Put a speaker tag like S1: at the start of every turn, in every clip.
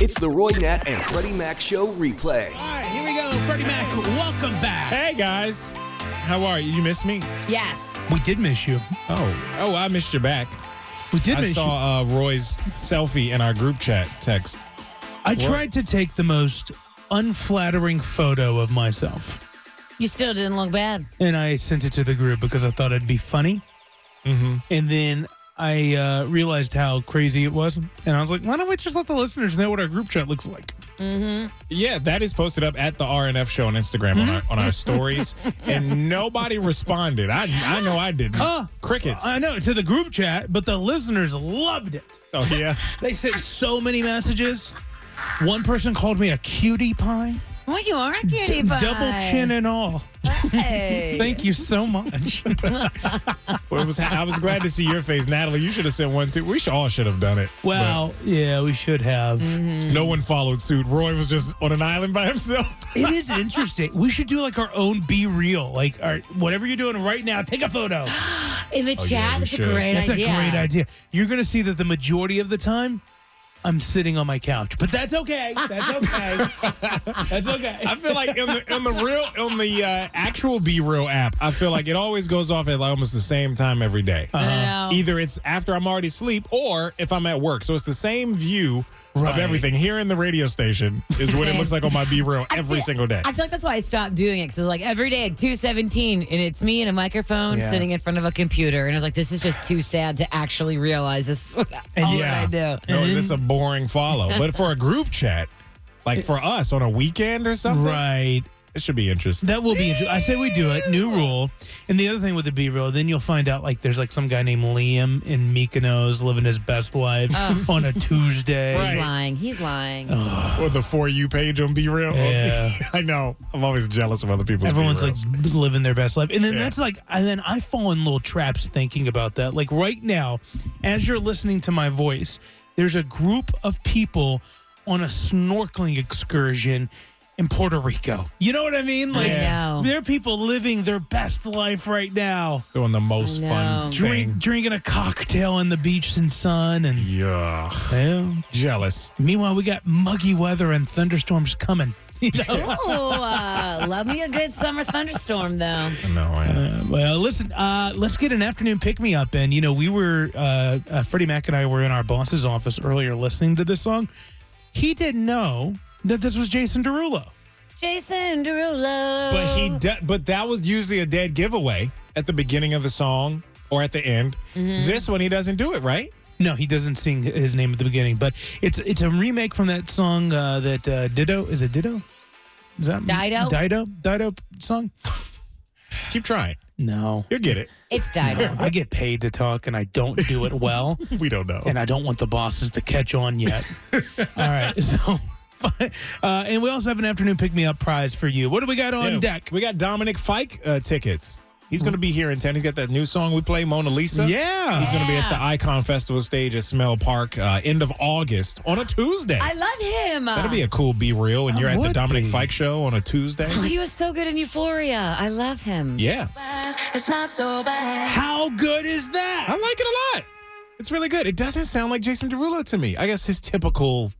S1: It's the Roy Nat and Freddie Mac Show replay.
S2: All right, here we go. Freddie Mac, welcome back.
S3: Hey guys, how are you? You miss me?
S4: Yes.
S5: We did miss you.
S3: Oh, oh, I missed your back.
S5: We did
S3: I
S5: miss you.
S3: saw uh, Roy's selfie in our group chat text.
S5: I tried to take the most unflattering photo of myself,
S4: You still didn't look bad.
S5: and I sent it to the group because I thought it'd be funny. Mm-hmm. And then I uh, realized how crazy it was, and I was like, "Why don't we just let the listeners know what our group chat looks like?"
S3: Yeah, that is posted up at the RNF show on Instagram on our, on our stories, and nobody responded. I I know I didn't.
S5: Oh.
S3: Crickets.
S5: I know to the group chat, but the listeners loved it.
S3: oh yeah.
S5: They sent so many messages. One person called me a cutie pie,
S4: Well, you are a cutie pie.
S5: double chin and all.
S4: Hey.
S5: Thank you so much.
S3: Well, it was, I was glad to see your face, Natalie. You should have sent one too. We should, all should have done it.
S5: well, hmm. yeah, we should have.
S3: But no one followed suit. Roy was just on an island by himself.
S5: It is interesting. We should do like our own be real, like our whatever you're doing right now. Take a photo.
S4: In the chat,
S3: yeah, we
S4: that's a
S3: should.
S4: great
S5: That's
S4: idea.
S5: a great idea. You're gonna see that the majority of the time, I'm sitting on my couch, but that's okay. That's okay. that's okay.
S3: I feel like in the in the real in the uh, actual Be Real app, I feel like it always goes off at like almost the same time every day.
S5: Uh-huh.
S4: know.
S3: Either it's after I'm already asleep or if I'm at work. So it's the same view of
S5: Right.
S3: everything. Here in the radio station is what it looks like on my Be Real every
S4: feel-
S3: single day.
S4: I feel like that's why I stopped doing it. Because it was like every day at 217, and it's me and a microphone
S5: Yeah.
S4: sitting in front of a computer. And I was like, this is just too sad to actually realize this is what, all that I do.
S3: No, this is a boring follow. But for a group chat, like for us on a weekend or something,
S5: Right.
S3: it should be interesting.
S5: That will be interesting. I say we do it. New rule. And the other thing with the B roll, then you'll find out like there's like some guy named Liam in Mykonos living his best life on a Tuesday.
S3: Um. Right.
S4: He's lying. He's lying.
S3: Or the For You page on Be Real.
S5: Yeah.
S3: I know. I'm always jealous of other people's Be
S5: Everyone's like
S3: Reals.
S5: b- living their best life. And then
S3: Yeah.
S5: that's like, and then I fall in little traps thinking about that. Like right now, as you're listening to my voice, there's a group of people on a snorkeling excursion in Puerto Rico. You know what I mean? Like,
S4: know.
S5: there are people living their best life right now.
S3: doing the most
S4: I
S3: fun
S4: know.
S3: thing.
S5: Drink, drinking a cocktail in the beach and sun. And
S3: Yeah.
S5: well,
S3: Jealous.
S5: meanwhile, we got muggy weather and thunderstorms coming. You know?
S4: Ooh, uh, love me a good summer thunderstorm, though.
S3: No, I
S5: Uh, well, listen, uh, let's get an afternoon pick me up. And, you know, we were, uh, uh, Freddie Mac and I were in our boss's office earlier listening to this song. He didn't know that this was Jason Derulo.
S4: Jason Derulo.
S3: But he, de- but that was usually a dead giveaway at the beginning of the song or at the end.
S5: Mm-hmm.
S3: This one, he doesn't do it right.
S5: No, he doesn't sing his name at the beginning, but it's it's a remake from that song uh, that uh, Dido is it Dido? Is that
S4: Dido?
S5: Dido Dido song?
S3: Keep trying.
S5: No,
S3: You'll get it.
S4: It's Dido.
S5: I get paid to talk and I don't do it well.
S3: We don't know.
S5: and I don't want the bosses to catch on yet. All right, so. Uh, and we also have an afternoon pick me up prize for you. What do we got on
S3: Yeah,
S5: deck?
S3: We got Dominic Fike uh, tickets. He's going to be here in town. He's got that new song we play, Mona Lisa.
S5: Yeah.
S3: He's going to be at the Icon Festival stage at Smell Park uh, end of August on a Tuesday.
S4: I love him.
S3: That'll be a cool be real. And you're at the
S5: would
S3: Dominic
S5: be.
S3: Fike show on a Tuesday.
S4: Oh, he was so good in Euphoria. I love him.
S3: yeah.
S6: It's not so bad.
S5: How good is that?
S3: I like it a lot. It's really good. It doesn't sound like Jason Derulo to me. I guess his typical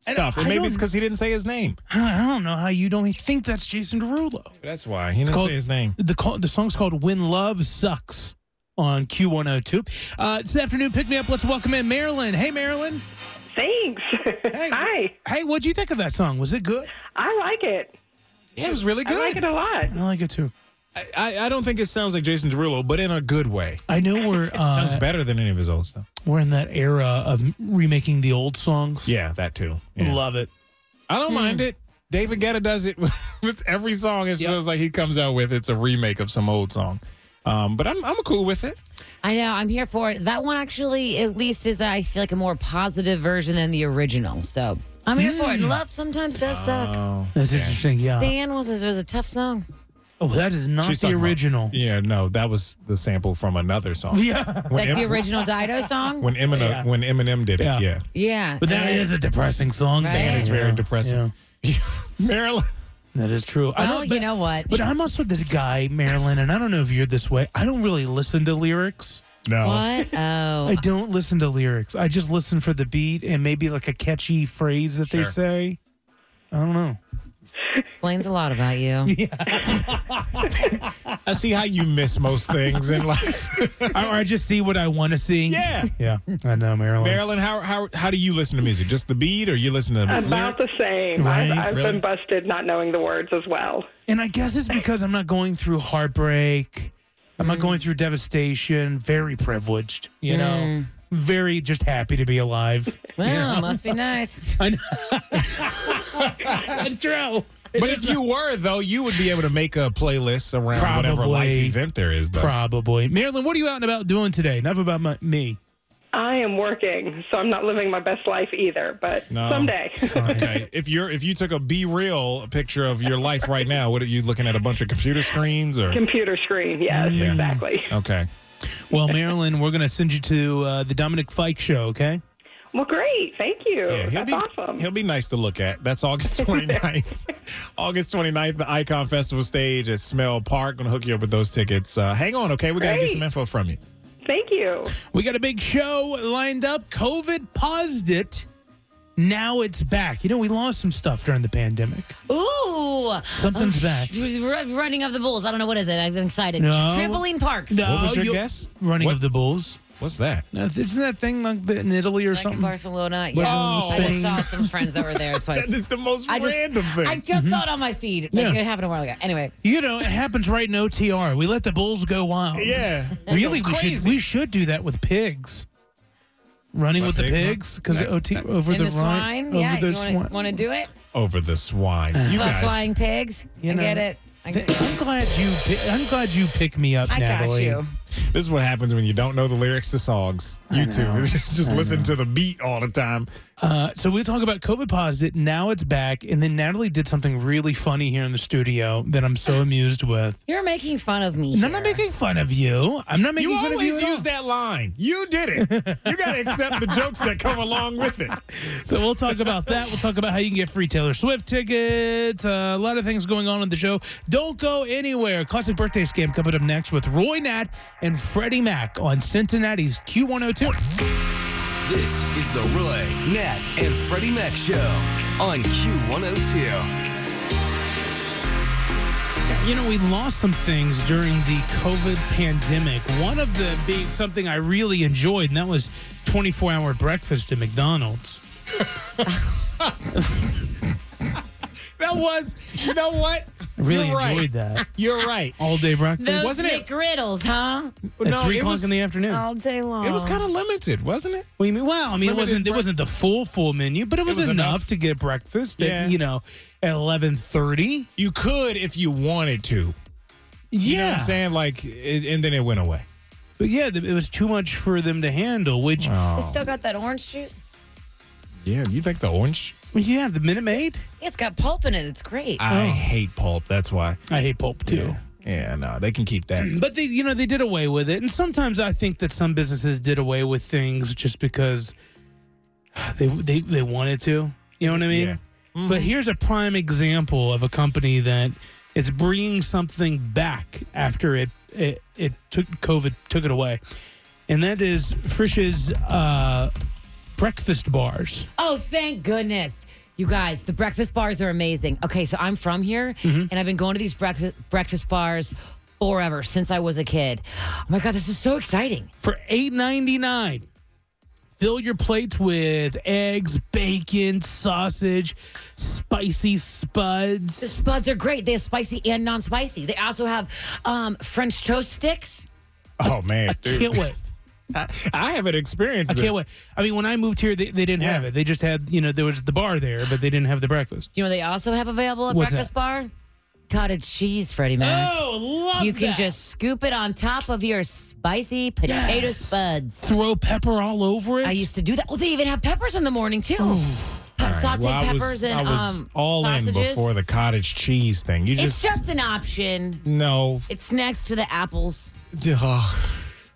S3: stuff. And
S5: I
S3: maybe
S5: don't-
S3: it's because he didn't say his name.
S5: I don't know how you don't think that's Jason Derulo.
S3: That's why he didn't
S5: called-
S3: say his name.
S5: The call, the song's called "When Love Sucks" on Q102. Uh, this afternoon pick me up. Let's welcome in Marilyn. Hey, Marilyn.
S7: Thanks.
S5: Hey.
S7: Hi.
S5: Hey, what'd you think of that song? Was it good?
S7: I like it.
S3: it was really
S7: I like
S3: good.
S7: it a lot.
S5: I like it too.
S3: I, I, I don't think it sounds like Jason Derulo, but in a good way.
S5: I know we're uh,
S3: Sounds better than any of his old stuff.
S5: we're in that era of remaking the old songs.
S3: Yeah, that too. Yeah.
S5: Love it.
S3: I don't mind
S5: Mm.
S3: it. David Guetta does it with every song. It feels like he comes out with it's a remake of some old song. Um, but I'm I'm cool with it.
S4: I know. I'm here for it. That one actually, at least, is I feel like a more positive version than the original. So I'm here for it.
S5: Hmm.
S4: Love sometimes does suck.
S5: That's interesting. Yeah.
S4: Stan was was a tough song.
S5: Oh, that is not
S3: She's
S5: the
S3: talking about-
S5: original.
S3: yeah, no, that was the sample from another song.
S5: yeah.
S3: When,
S4: Like the
S3: Em-
S4: original Dido song?
S3: when Eminem
S5: Yeah.
S3: when Eminem did it,
S5: Yeah.
S3: yeah,
S4: Yeah.
S5: But that
S4: and
S5: is a depressing song.
S4: Stan is
S3: very depressing. Marilyn.
S5: That is true. I
S4: Well, you know what?
S5: But I'm also this guy, Marilyn, and I don't know if you're this way. I don't really listen to lyrics.
S3: No,
S4: What? Oh.
S5: I don't listen to lyrics. I just listen for the beat and maybe like a catchy phrase that they
S3: Sure.
S5: say. I don't know.
S4: Explains a lot about you.
S3: I see how you miss most things in life.
S5: I, or I just see what I want to see.
S3: Yeah.
S5: Yeah. I know, Marilyn.
S3: Marilyn, how how how do you listen to music? Just the beat, or you listen to
S7: About
S3: lyrics?
S7: the same.
S5: Right,
S7: I've, I've
S3: really?
S7: been busted not knowing the words as well.
S5: And I guess it's because I'm not going through heartbreak. I'm not going through devastation. Very privileged, you know. Very just happy to be alive.
S4: Well, must be nice.
S5: I know. That's true.
S3: But if you were though, you would be able to make a playlist around whatever life
S5: Probably.
S3: event there is. Though.
S5: Probably. Marilyn, what are you out and about doing today? Enough about my, me.
S7: I am working, so I'm not living my best life either, but
S3: No.
S7: someday.
S3: okay. If you're if you took a be real picture of your life right now, what are you looking at? A bunch of computer screens or
S7: Computer screen. Yes,
S3: Yeah.
S7: exactly.
S3: okay.
S5: Well, Marilyn, we're going to send you to uh, the Dominic Fike show, okay?
S7: Well, great. Thank you.
S3: Yeah, he'll
S7: That's
S3: be
S7: awesome.
S3: he'll be nice to look at. That's August 29th. August 29th, the Icon Festival stage at Smell Park. Gonna hook you up with those tickets. Uh, hang on, okay? We gotta get
S7: Great.
S3: some info from you.
S7: Thank you.
S5: We got a big show lined up. COVID paused it. Now it's back. You know, we lost some stuff during the pandemic.
S4: Ooh. Oh,
S5: Something's back.
S4: Ru- Running of the Bulls. I don't know what is it. I'm excited.
S5: No.
S4: Trampoline parks.
S5: No.
S3: What was your
S5: you-
S3: guess?
S5: Running
S3: What-
S5: of the Bulls.
S3: What's that?
S5: No, Isn't that thing like the- in Italy or
S4: Like in
S5: something?
S4: Barcelona. Yeah.
S3: Oh.
S4: I just saw some friends that were there. So I,
S3: That is the most
S4: I just,
S3: random thing.
S4: I just saw it on my feed. Like,
S5: Mm-hmm. Yeah.
S4: It happened a while ago. Anyway.
S5: You know, it happens right in OTR. We let the bulls go wild.
S3: yeah.
S5: Really, we should
S3: Crazy.
S5: we should do that with pigs. Running
S3: Let
S5: with the
S3: pigs run?
S5: pigs because
S3: That-
S5: OT
S3: that-
S5: over
S4: In
S5: the,
S4: the swine.
S5: Rhine,
S4: yeah.
S5: over the
S4: You
S5: swine.
S4: want to do it?
S3: Over the swine. You
S4: About
S3: guys.
S4: flying pigs.
S5: You
S4: I
S5: know.
S4: get it. I,
S5: Th- I'm glad you. pi- I'm glad you picked me up,
S4: I got
S5: Natalie.
S4: you.
S3: This is what happens when you don't know the lyrics to songs. You too. Just listen to the beat all the time.
S5: Uh, so we talk about COVID positive. Now it's back, and then Natalie did something really funny here in the studio that I'm so amused with.
S4: You're making fun of me.
S5: And I'm not
S4: here.
S5: making fun of you. I'm not making
S3: You
S5: fun of you.
S3: always
S5: at all.
S3: use that line. You did it. You got to accept the jokes that come along with it.
S5: So we'll talk about that. We'll talk about how you can get free Taylor Swift tickets. Uh, a lot of things going on in the show. Don't go anywhere. Classic birthday scam coming up next with Roy Nat and Freddie Mac on Cincinnati's Q102.
S1: This is the Roy, Nat, and Freddie Mac Show on Q102.
S5: You know, we lost some things during the COVID pandemic. One of them being something I really enjoyed, and that was 24 hour breakfast at McDonald's.
S3: That was, you know what?
S5: I really
S3: You're right.
S5: enjoyed that.
S3: You're right.
S5: All day breakfast.
S4: Those
S3: Wasn't it-
S4: McGriddles, huh?
S5: at
S3: No,
S5: 3
S3: it
S5: o'clock
S3: was,
S5: in the afternoon.
S4: All day long.
S3: It was kind of limited, wasn't it?
S5: What do you mean? Well, I mean, it
S3: Limited
S5: wasn't it
S3: break-
S5: wasn't the full full menu, but it was,
S3: was
S5: enough,
S3: enough.
S5: to get breakfast. At,
S3: Yeah.
S5: You know, at eleven thirty.
S3: You could if you wanted to. You know what I'm saying? Like, it, and then it went away.
S5: but yeah, th- it was too much for them to handle. Which
S4: They still got that orange juice.
S3: Yeah, you think the orange?
S5: yeah, the Minute Maid.
S4: It's got pulp in it. It's great.
S3: I hate pulp. That's why.
S5: I hate pulp Oh. too.
S3: Yeah. Yeah, no, they can keep that.
S5: But they, you know, they did away with it, and sometimes I think that some businesses did away with things just because they they they wanted to. You know what I mean?
S3: Yeah.
S5: But here's a prime example of a company that is bringing something back after it it, it took COVID took it away, and that is Frisch's uh, breakfast bars.
S4: Oh, thank goodness. You guys, the breakfast bars are amazing. Okay, so I'm from here
S5: Mm-hmm.
S4: and I've been going to these breakfast breakfast bars forever since I was a kid. Oh my god, this is so exciting.
S5: for eight ninety nine. Fill your plates with eggs, bacon, sausage, spicy
S4: The
S5: spuds.
S4: spuds are great. They have spicy and non-spicy. They also have um, French toast sticks.
S3: Oh man, dude.
S5: Can't wait.
S3: I, I haven't experienced.
S5: I
S3: this.
S5: can't wait. I mean, when I moved here, they, they didn't have
S3: Yeah.
S5: it. They just had, you know, there was the bar there, but they didn't have the breakfast.
S4: Do you know what they also have available at
S5: What's
S4: breakfast bar? Cottage cheese, Freddie Mac.
S3: Oh,
S5: love
S4: you can just scoop it on top of your spicy potato spuds.
S5: throw pepper all over it.
S4: I used to do that. Oh, they even have peppers in the morning too. sauteed
S3: Well, I was,
S4: peppers and
S3: I was
S4: um,
S3: all
S4: sausages.
S3: in before the cottage cheese thing. You
S4: it's
S3: just,
S4: just an option.
S3: no.
S4: It's next to the apples.
S3: Ugh.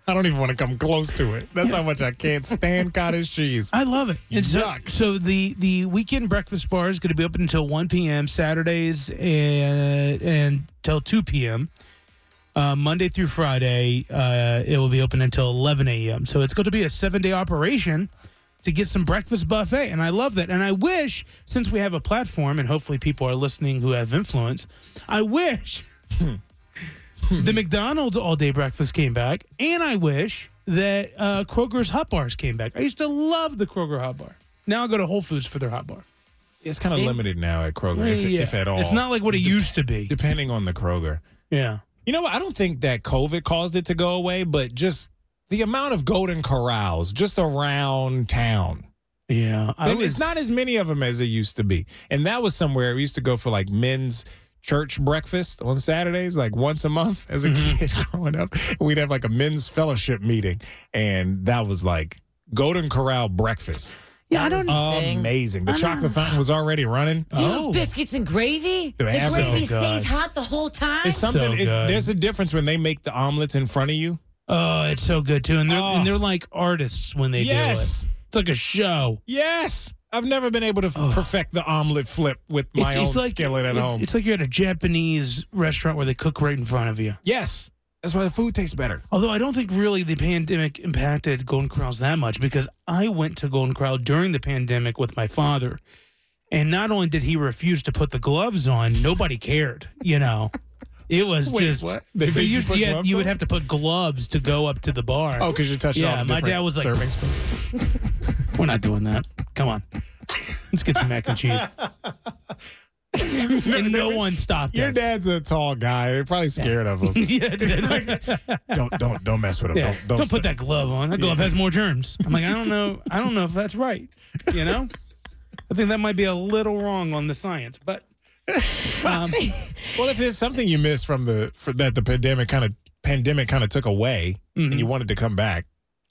S3: I don't even want to come close to it. That's how much I can't stand cottage cheese.
S5: I love it. And so,
S3: Yuck.
S5: so the the weekend breakfast bar is going to be open until 1 p.m. Saturdays and and till 2 p.m. Uh, Monday through Friday, uh, it will be open until 11 a.m. So it's going to be a seven day operation to get some breakfast buffet, and I love that. And I wish, since we have a platform, and hopefully people are listening who have influence, I wish the McDonald's all day breakfast came back, and I wish that uh, Kroger's hot bars came back. I used to love the Kroger hot bar. Now I go to Whole Foods for their hot bar.
S3: It's kind of limited now at Kroger, if,
S5: Yeah.
S3: if at all.
S5: It's not like what it used to be.
S3: depending on the Kroger.
S5: Yeah.
S3: You know what? I don't think that COVID caused it to go away, but just the amount of golden corrals just around town.
S5: Yeah. I
S3: There- it's
S5: was-
S3: not as many of them as it used to be. And that was somewhere we used to go for like men's church breakfast on Saturdays, like once a month as a
S5: Mm-hmm.
S3: kid growing up. We'd have like a men's fellowship meeting, and that was like Golden Corral breakfast.
S4: Yeah, I don't
S3: Um, Amazing.
S5: Ah.
S3: The chocolate fountain was already running. Oh.
S4: Dude, biscuits and gravy.
S3: Dude,
S4: the
S3: that's
S4: gravy
S5: so good.
S4: stays hot the whole time.
S3: It's something. it-
S5: good.
S3: there's a difference when they make the omelets in front of you.
S5: Oh, it's so good too. And they're,
S3: Oh.
S5: and they're like artists when they
S3: Yes.
S5: do it. It's like a show.
S3: Yes. I've never been able to f- perfect the omelet flip with my
S5: it's,
S3: own
S5: it's like,
S3: skillet at
S5: it's,
S3: home.
S5: It's like you're at a Japanese restaurant where they cook right in front of you.
S3: yes. That's why the food tastes better.
S5: Although I don't think really the pandemic impacted Golden Corrals that much because I went to Golden Corral during the pandemic with my father. And not only did he refuse to put the gloves on, nobody cared, you know. It was
S3: Wait,
S5: just
S3: what? They
S5: you
S3: made you
S5: used-
S3: put
S5: yeah,
S3: gloves
S5: you would
S3: on?
S5: have to put gloves to go up to the bar.
S3: Oh, because you're touching all
S5: yeah,
S3: the
S5: my
S3: different
S5: dad was like,
S3: servings.
S5: "We're not doing that. Come on, let's get some mac and cheese." and no one stopped
S3: Your
S5: us.
S3: dad's a tall guy. They're probably scared of him.
S5: yeah,
S3: don't don't don't mess with him.
S5: Yeah.
S3: Don't, don't,
S5: Don't, put that glove on. That glove has more germs. I'm like, I don't know. I don't know if that's right. You know, I think that might be a little wrong on the science, but um,
S3: Well, if there's something you missed from the for, that the pandemic kind of pandemic kind of took away,
S5: Mm-hmm.
S3: and you wanted to come back,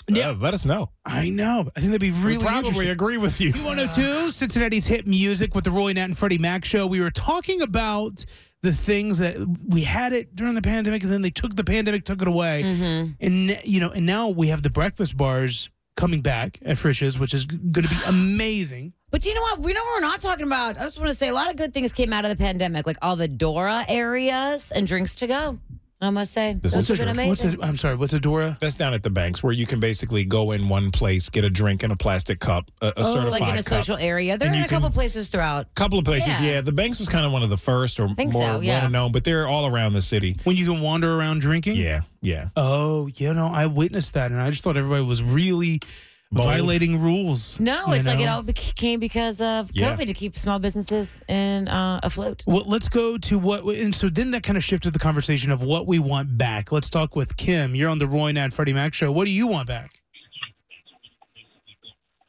S3: yeah, let us know.
S5: I know. I think that'd be
S3: We
S5: really
S3: probably
S5: interesting.
S3: agree with you.
S5: 102 Cincinnati's hit music with the Roy Nat and Freddie Mac show. We were talking about the things that we had it during the pandemic, and then they took the pandemic, took it away,
S4: Mm-hmm.
S5: and you know, and now we have the breakfast bars coming back at Frisch's, which is going to be amazing.
S4: But you know what? We know we're not talking about. I just want to say a lot of good things came out of the pandemic, like all the Dora areas and drinks to go. I must say,
S3: This
S4: those
S3: is
S4: have been
S3: true.
S4: amazing.
S5: What's a, I'm sorry, what's a Dora?
S3: That's down at the banks where you can basically go in one place, get a drink in a plastic cup, a, a certified
S4: Oh, like in a
S3: cup.
S4: social area. They're
S3: And
S4: in
S3: you
S4: a couple
S3: can-
S4: places throughout.
S3: couple of places,
S4: Yeah.
S3: yeah. The banks was kind of one of the first or
S4: Think
S3: more
S4: so, yeah. Mm-hmm.
S3: well known, but they're all around the city.
S5: When you can wander around drinking?
S3: Yeah, yeah.
S5: Oh, you know, I witnessed that, and I just thought everybody was really
S3: Bold.
S5: violating rules.
S4: No,
S5: you
S4: it's like it
S5: know?
S4: all bec- came because of
S3: Yeah.
S4: COVID to keep small businesses in uh, afloat.
S5: Well, let's go to what, and so then that kind of shifted the conversation of what we want back. Let's talk with Kim. You're on the Roy and Freddie Mac show. What do you want back?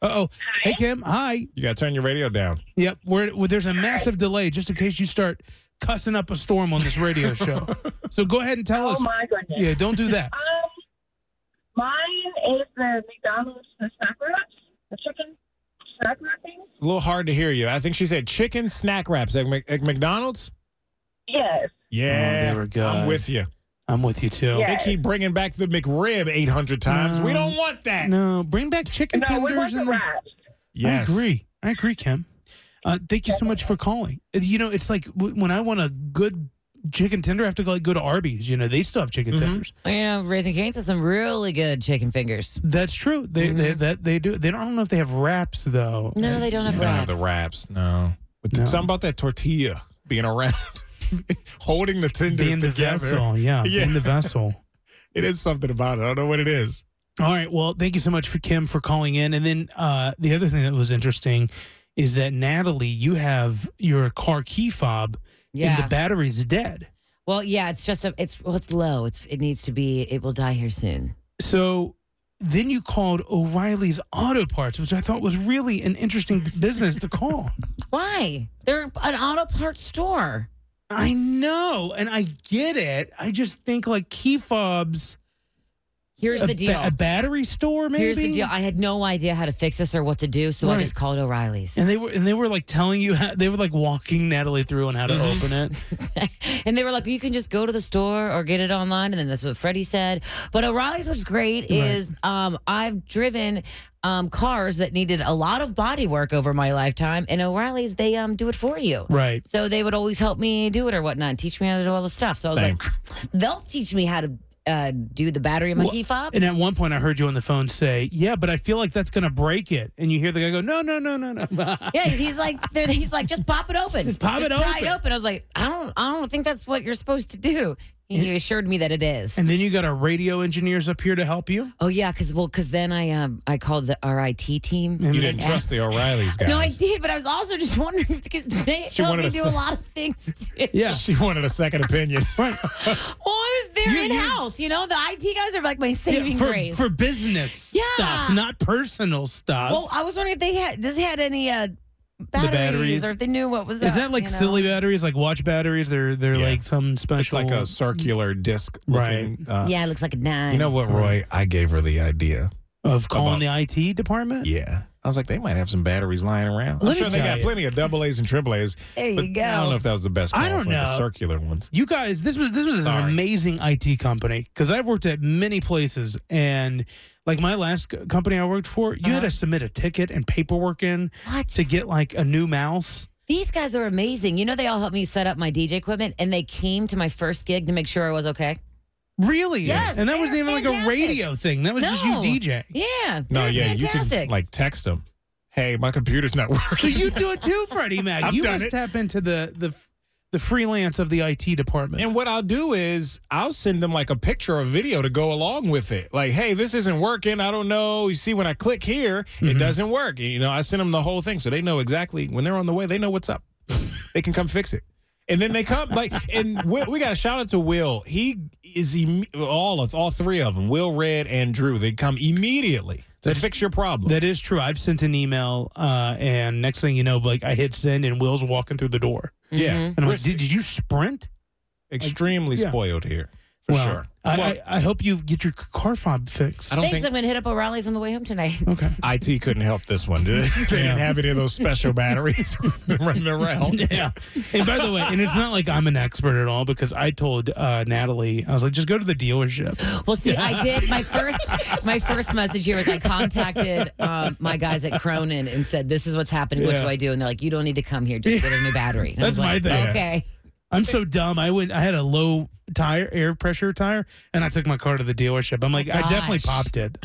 S5: Uh oh. Hey, Kim. Hi.
S3: You got to turn your radio down.
S5: Yep. We're, well, there's a massive delay just in case you start cussing up a storm on this radio show. so go ahead and tell us.
S8: Oh my goodness.
S5: Yeah, don't do that.
S8: Um, mine is the McDonald's the snack wraps, the chicken snack wrapping.
S3: A little hard to hear you. I think she said chicken snack wraps at, Mc- at McDonald's.
S8: Yes.
S3: Yeah,
S5: Oh, there we go.
S3: I'm with you.
S5: I'm with you, too.
S8: Yeah.
S3: They keep bringing back the McRib 800 times.
S5: No.
S3: We don't want that.
S5: No, bring back chicken
S8: No, we want
S5: tenders
S8: the
S5: and the.
S8: wraps.
S3: Yes.
S5: I agree. I agree, Kim. Uh, thank you so much for calling. Uh, You know, it's like w- when I want a good chicken tender, I have to go, like, go to Arby's. You know, they still have chicken
S3: Mm-hmm.
S5: tenders.
S4: You know, Raising Cane's has some really good chicken fingers.
S5: That's true. They, they
S3: Mm-hmm.
S5: that they do. They don't, I don't know if they have wraps though.
S4: No, they don't have
S3: They don't have
S4: wraps.
S3: the wraps. No. But th-
S5: No.
S3: Something about that tortilla being around, holding the tenders
S5: Being the
S3: together.
S5: vessel, yeah,
S3: Yeah.
S5: Being the vessel.
S3: It is something about it. I don't know what it is.
S5: All right. Well, thank you so much for Kim for calling in. And then uh, the other thing that was interesting is that Natalie, you have your car key fob, and
S4: Yeah.
S5: the battery's dead.
S4: Well, yeah, it's just a, it's well, it's low. It's it needs to be. It will die here soon.
S5: So then you called O'Reilly's Auto Parts, which I thought was really an interesting business to call.
S4: Why? They're an auto parts store.
S5: I know, and I get it. I just think like key fobs
S4: Here's
S5: a,
S4: the
S5: ba-
S4: deal.
S5: a battery store, maybe.
S4: Here's the deal. I had no idea how to fix this or what to do, so I
S5: Right.
S4: just called O'Reilly's.
S5: and they were and they were like telling you how, they were like walking Natalie through on how to
S4: Mm-hmm.
S5: open it.
S4: and they were like, you can just go to the store or get it online. And then that's what Freddie said. But O'Reilly's, what's great is um, I've driven um, cars that needed a lot of body work over my lifetime. And O'Reilly's, they um, do it for you.
S5: Right.
S4: So they would always help me do it or whatnot, and teach me how to do all the stuff. So I was
S3: Same.
S4: like, they'll teach me how to uh, do the battery in my
S5: Well,
S4: key fob.
S5: And at one point, I heard you on the phone say, "Yeah, but I feel like that's gonna break it." And you hear the guy go, "No, no, no, no, no."
S4: Yeah, he's- he's like, they're- he's like, just pop it open, just
S5: pop it
S4: pry
S5: open.
S4: I was like, I don't, I don't think that's what you're supposed to do. He assured me that it is.
S5: and then you got our radio engineers up here to help you.
S4: Oh yeah, because well, because then I um I called the RIT team.
S3: You didn't trust the O'Reilly's guys.
S4: No, I did, but I was also just wondering because they
S3: She
S4: helped
S3: wanted
S4: me
S3: to
S4: do
S3: say-
S4: a lot of things too.
S5: Yeah.
S3: She wanted a second opinion.
S4: Well, I was there
S5: You-
S4: in
S5: you-
S4: house. You know, the IT guys are like my saving
S5: for,
S4: grace.
S5: for business
S4: Yeah.
S5: stuff, not personal stuff.
S4: well, I was wondering if they had just had any uh batteries,
S5: batteries.
S4: or if they knew what was.
S5: Is
S4: up,
S5: that like
S4: you know?
S5: silly batteries, like watch batteries? They're they're
S3: Yeah.
S5: like some
S3: It's
S5: special.
S3: like a circular disc.
S5: Right.
S3: Looking, uh,
S4: Yeah, it looks like a nine.
S3: You know what, Roy? I gave her the idea.
S5: of calling the IT department.
S3: Yeah. I was like, they might have some batteries lying around. I'm
S5: Let me
S3: sure they
S5: tell
S3: got
S5: you.
S3: plenty of double A's and triple A's.
S4: There you
S3: but I
S4: go.
S3: don't know if that was the best call
S5: I don't
S3: for the
S5: know.
S3: circular ones.
S5: You guys, this was this was an
S3: Sorry.
S5: amazing IT company because I've worked at many places, and like my last c- company I worked for, you
S4: Uh-huh.
S5: had to submit a ticket and paperwork in
S4: What?
S5: to get like a new mouse.
S4: These guys are amazing. You know, they all helped me set up my DJ equipment, and they came to my first gig to make sure I was okay.
S5: Really?
S4: Yes,
S5: And that
S4: they
S5: wasn't
S4: were
S5: even like a
S4: fantastic.
S5: radio thing. That was just you
S4: No.
S5: DJ.
S4: Yeah.
S3: No,
S4: they're
S3: yeah, you
S4: fantastic.
S3: could like text them. Hey, my computer's not
S5: So
S3: working.
S5: you do it too, Freddie Mac.
S3: I've
S5: you
S3: done
S5: must
S3: it.
S5: tap into the the f- the freelance of the IT department.
S3: And what I'll do is I'll send them like a picture or video to go along with it. Like, hey, this isn't working. I don't know. You see, when I click here,
S5: Mm-hmm.
S3: it doesn't work. You know, I send them the whole thing so they know exactly when they're on the way. They know what's up. they can come fix it. And then they come like, and we, we got a shout out to Will. He is imme- all of all three of them, Will, Red, and Drew. They come immediately to fix your problem.
S5: that is true. I've sent an email, uh, and next thing you know, like I hit send, and Will's walking through the door,
S3: yeah,
S5: Mm-hmm. and I'm
S3: we're
S5: like, "Did, did you sprint?"
S3: extremely
S5: Yeah.
S3: spoiled here for
S5: Well,
S3: sure.
S5: I,
S3: Well,
S5: I, I hope you get your c- car fob fixed.
S3: I don't
S4: Thanks.
S3: think
S4: I'm going to hit up O'Reilly's on the way home tonight.
S5: Okay.
S3: IT couldn't help this one, did they? They didn't have any of those special batteries running around.
S5: Yeah. And by the way, and it's not like I'm an expert at all because I told uh, Natalie, I was like, just go to the dealership.
S4: Well, see, I did my first my first message here was I contacted um, my guys at Cronin and said, "This is what's happening. What
S5: Yeah.
S4: do I do?" And they're like, "You don't need to come here. Just get a new battery." And I
S5: That's
S4: was
S5: my
S4: like,
S5: thing.
S4: Okay.
S5: I'm so dumb. I went, I had a low tire, air pressure tire, and I took my car to the dealership.
S3: Oh
S5: I'm like, I definitely
S4: gosh.
S5: popped it.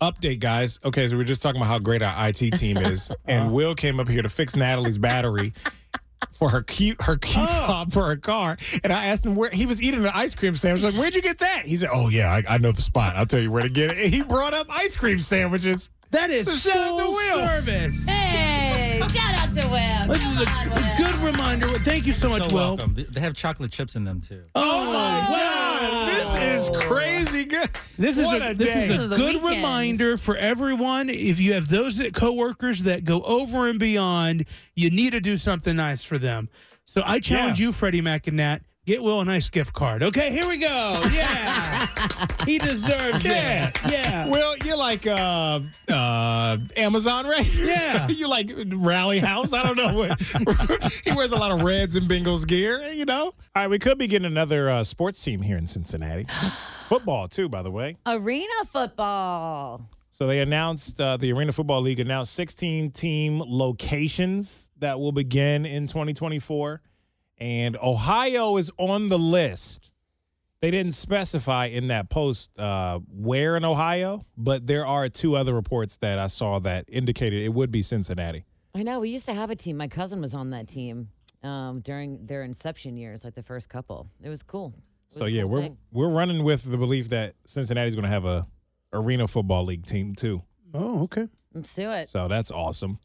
S3: Update, guys. Okay, so we are just talking about how great our IT team is, and Will came up here to fix Natalie's battery. For her key, her key fob for her car, and I asked him where he was eating an ice cream sandwich. Like, where'd you get that? He said, "Oh yeah, I, I know the spot. I'll tell you where to get it." And he brought up ice cream sandwiches.
S5: That is
S3: So shout out to
S5: full
S3: Will.
S5: service.
S4: Hey, shout out to Will.
S5: This is a
S4: Come on,
S5: g-
S4: Will.
S5: good reminder. Thank you so much, Will.
S9: welcome. They- They have chocolate chips in them too.
S5: Oh my God.
S3: This is crazy good.
S5: This is
S3: What
S5: a,
S3: a
S5: this is
S3: day.
S5: a
S4: This is the
S5: good
S4: weekend.
S5: reminder for everyone. If you have those that coworkers that go over and beyond, you need to do something nice for them. So I challenge you, Freddie Mac and Nat, get Will a nice gift card. Okay, here we go. Yeah, he deserves
S3: Yeah.
S5: it. Yeah.
S3: Well, you're like uh, uh, Amazon, right?
S5: Yeah.
S3: you're like Rally House. I don't know. What, he wears a lot of Reds and Bengals gear, you know? All right, we could be getting another uh, sports team here in Cincinnati. Football, too, by the way.
S4: Arena football.
S3: So they announced, uh, the Arena Football League announced 16 team locations that will begin in 2024. And Ohio is on the list. They didn't specify in that post uh, where in Ohio, but there are two other reports that I saw that indicated it would be Cincinnati.
S4: I know. We used to have a team. My cousin was on that team um, during their inception years, like the first couple. It was cool. It was
S3: So
S4: a
S3: yeah,
S4: cool
S3: we're
S4: thing.
S3: we're running with the belief that Cincinnati's going to have a Arena Football League team too.
S5: Oh, okay.
S4: let's do it.
S3: So that's awesome.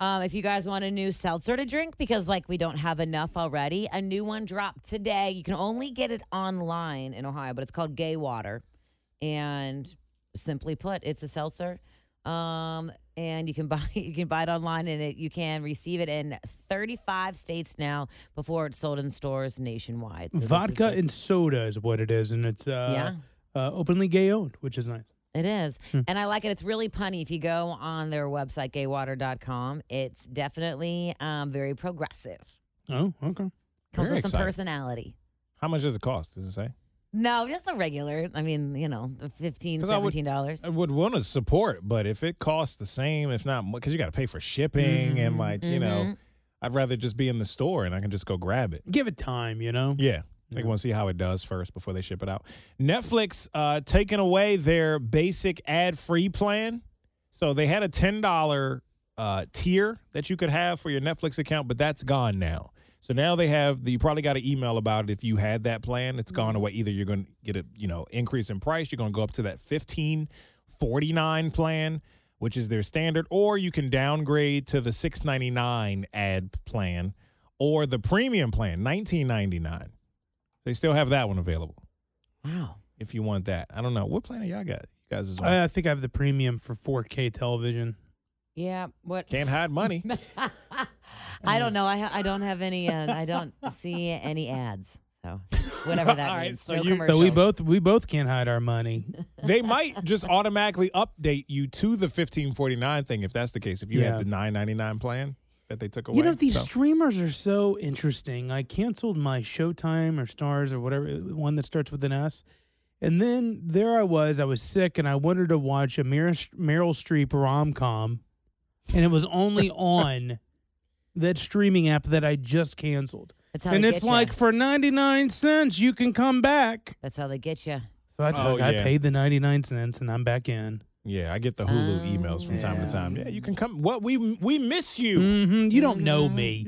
S4: Um, if you guys want a new seltzer to drink, because like we don't have enough already, a new one dropped today. You can only get it online in Ohio, but it's called Gay Water. And simply put, it's a seltzer. Um, and you can buy you can buy it online, and it, you can receive it in 35 states now before it's sold in stores nationwide. So this is
S5: Vodka
S4: just-
S5: and soda is what it is, and it's uh,
S4: Yeah.
S5: uh, openly gay owned, which is nice.
S4: It is.
S3: Hmm.
S4: And I like it. It's really punny. If you go on their website, gaywater.com, it's definitely um, very progressive.
S5: Oh, okay.
S4: Comes
S3: Very
S4: with some
S3: exciting.
S4: personality.
S3: How much does it cost? Does it say?
S4: No, just the regular. I mean, you know, the 15
S3: I would-
S4: $17.
S3: I would want to support, but if it costs the same, if not, because you got to pay for shipping and like you
S4: mm-hmm.
S3: know, I'd rather just be in the store and I can just go grab it.
S5: Give it time, you know?
S3: Yeah. They want to see how it does first before they ship it out. Netflix uh, taking away their basic ad free plan. So they had a $10 uh, tier that you could have for your Netflix account, but that's gone now. So now they have the, you probably got an email about it if you had that plan. It's gone away. Either you're going to get a, you know, increase in price, you're going to go up to that 1549 plan, which is their standard, or you can downgrade to the 699 ad plan or the premium plan, 1999. They still have that one available
S4: Wow.
S3: if you want that. I don't know. What plan do y'all got? You guys is on.
S5: I, I think I have the premium for 4K television.
S4: Yeah. What?
S3: Can't Mm. hide money.
S4: I don't know. I, ha- I don't have any, uh, I don't see any ads. So, whatever that
S3: All right,
S4: means.
S3: so
S4: no
S3: you-
S5: So
S4: commercials.
S5: we both we both can't hide our money.
S3: they might just automatically update you to the 1549 thing if that's the case. If you
S5: Yeah.
S3: had the 999 plan that they took away.
S5: You know these
S3: So,
S5: streamers are so interesting. I canceled my Showtime or Stars or whatever one that starts with an S, and then there I was. I was sick and I wanted to watch a Mer- Meryl Streep rom com, and it was only on that streaming app that I just canceled.
S4: That's how
S5: and
S4: they
S5: it's
S4: get ya.
S5: like for ninety nine cents you can come back.
S4: That's how they get you.
S5: So I,
S3: Oh,
S5: took, I
S3: yeah.
S5: paid the ninety nine cents and I'm back in.
S3: yeah, I get the Hulu
S4: Oh.
S3: emails from time
S5: Yeah.
S3: to time. Yeah, you can come. What we we miss you.
S5: hmm You don't know me,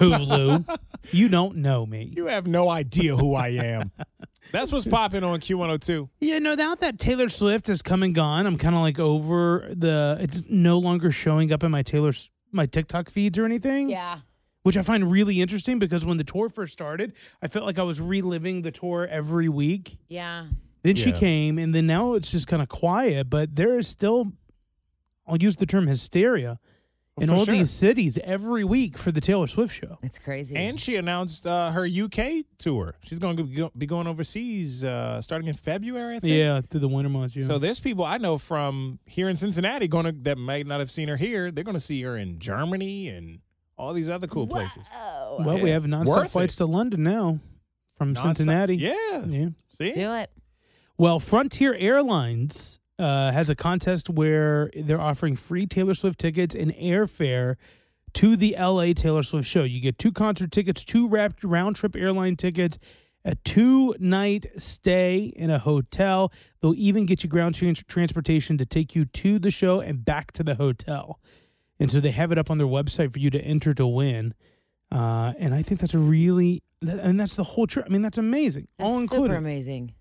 S5: Hulu. you don't know me.
S3: You have no idea who I am. that's what's popping on Q102.
S5: Yeah, no doubt that Taylor Swift has come and gone. I'm kind of like over the. It's no longer showing up in my Taylor S- my TikTok feeds or anything.
S4: Yeah.
S5: which I find really interesting because when the tour first started, I felt like I was reliving the tour every week.
S4: Yeah.
S5: Then she
S3: Yeah.
S5: came, and then now it's just kind of quiet. But there is still, I'll use the term hysteria, in
S3: for
S5: all
S3: sure.
S5: these cities every week for the Taylor Swift show.
S4: It's crazy.
S3: And she announced uh, her UK tour. She's going to go, be going overseas uh, starting in February, I think.
S5: Yeah, through the winter months. Yeah.
S3: So there's people I know from here in Cincinnati going to that might not have seen her here. They're going to see her in Germany and all these other cool places.
S5: well, we have nonstop
S3: Worth
S5: flights
S3: it.
S5: to London now from
S3: Nonstop-
S5: Cincinnati.
S3: Yeah.
S5: Yeah.
S3: See?
S4: Do it.
S5: Well, Frontier Airlines uh, has a contest where they're offering free Taylor Swift tickets and airfare to the LA Taylor Swift show. You get two concert tickets, two wrapped round trip airline tickets, a two night stay in a hotel. They'll even get you ground trans- transportation to take you to the show and back to the hotel. And so they have it up on their website for you to enter to win. Uh, and I think that's a really, that, and that's the whole trip. I mean, that's amazing.
S4: That's
S5: All
S4: super
S5: included.
S4: amazing.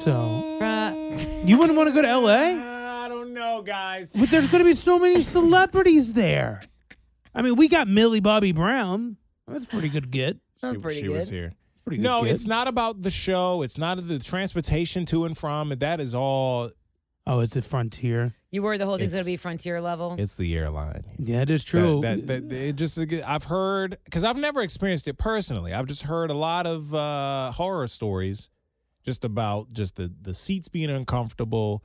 S5: So.
S4: Fra-
S5: You wouldn't want to go to LA?
S3: I don't know, guys.
S5: But there's going to be so many celebrities there. I mean, we got Millie Bobby Brown. That's a pretty good get.
S4: That's
S3: She-
S4: pretty
S3: she
S4: good.
S3: was here.
S5: Pretty good
S3: No,
S5: get.
S3: it's not about the show. It's not the transportation to and from. That is all.
S5: Oh, it's a frontier.
S4: You worried the whole thing's going
S3: It's-
S4: to be frontier level?
S3: It's the airline.
S5: Yeah, it is true.
S3: That, that, that- it just I've heard because I've never experienced it personally. I've just heard a lot of uh, horror stories, just about just the the seats being uncomfortable,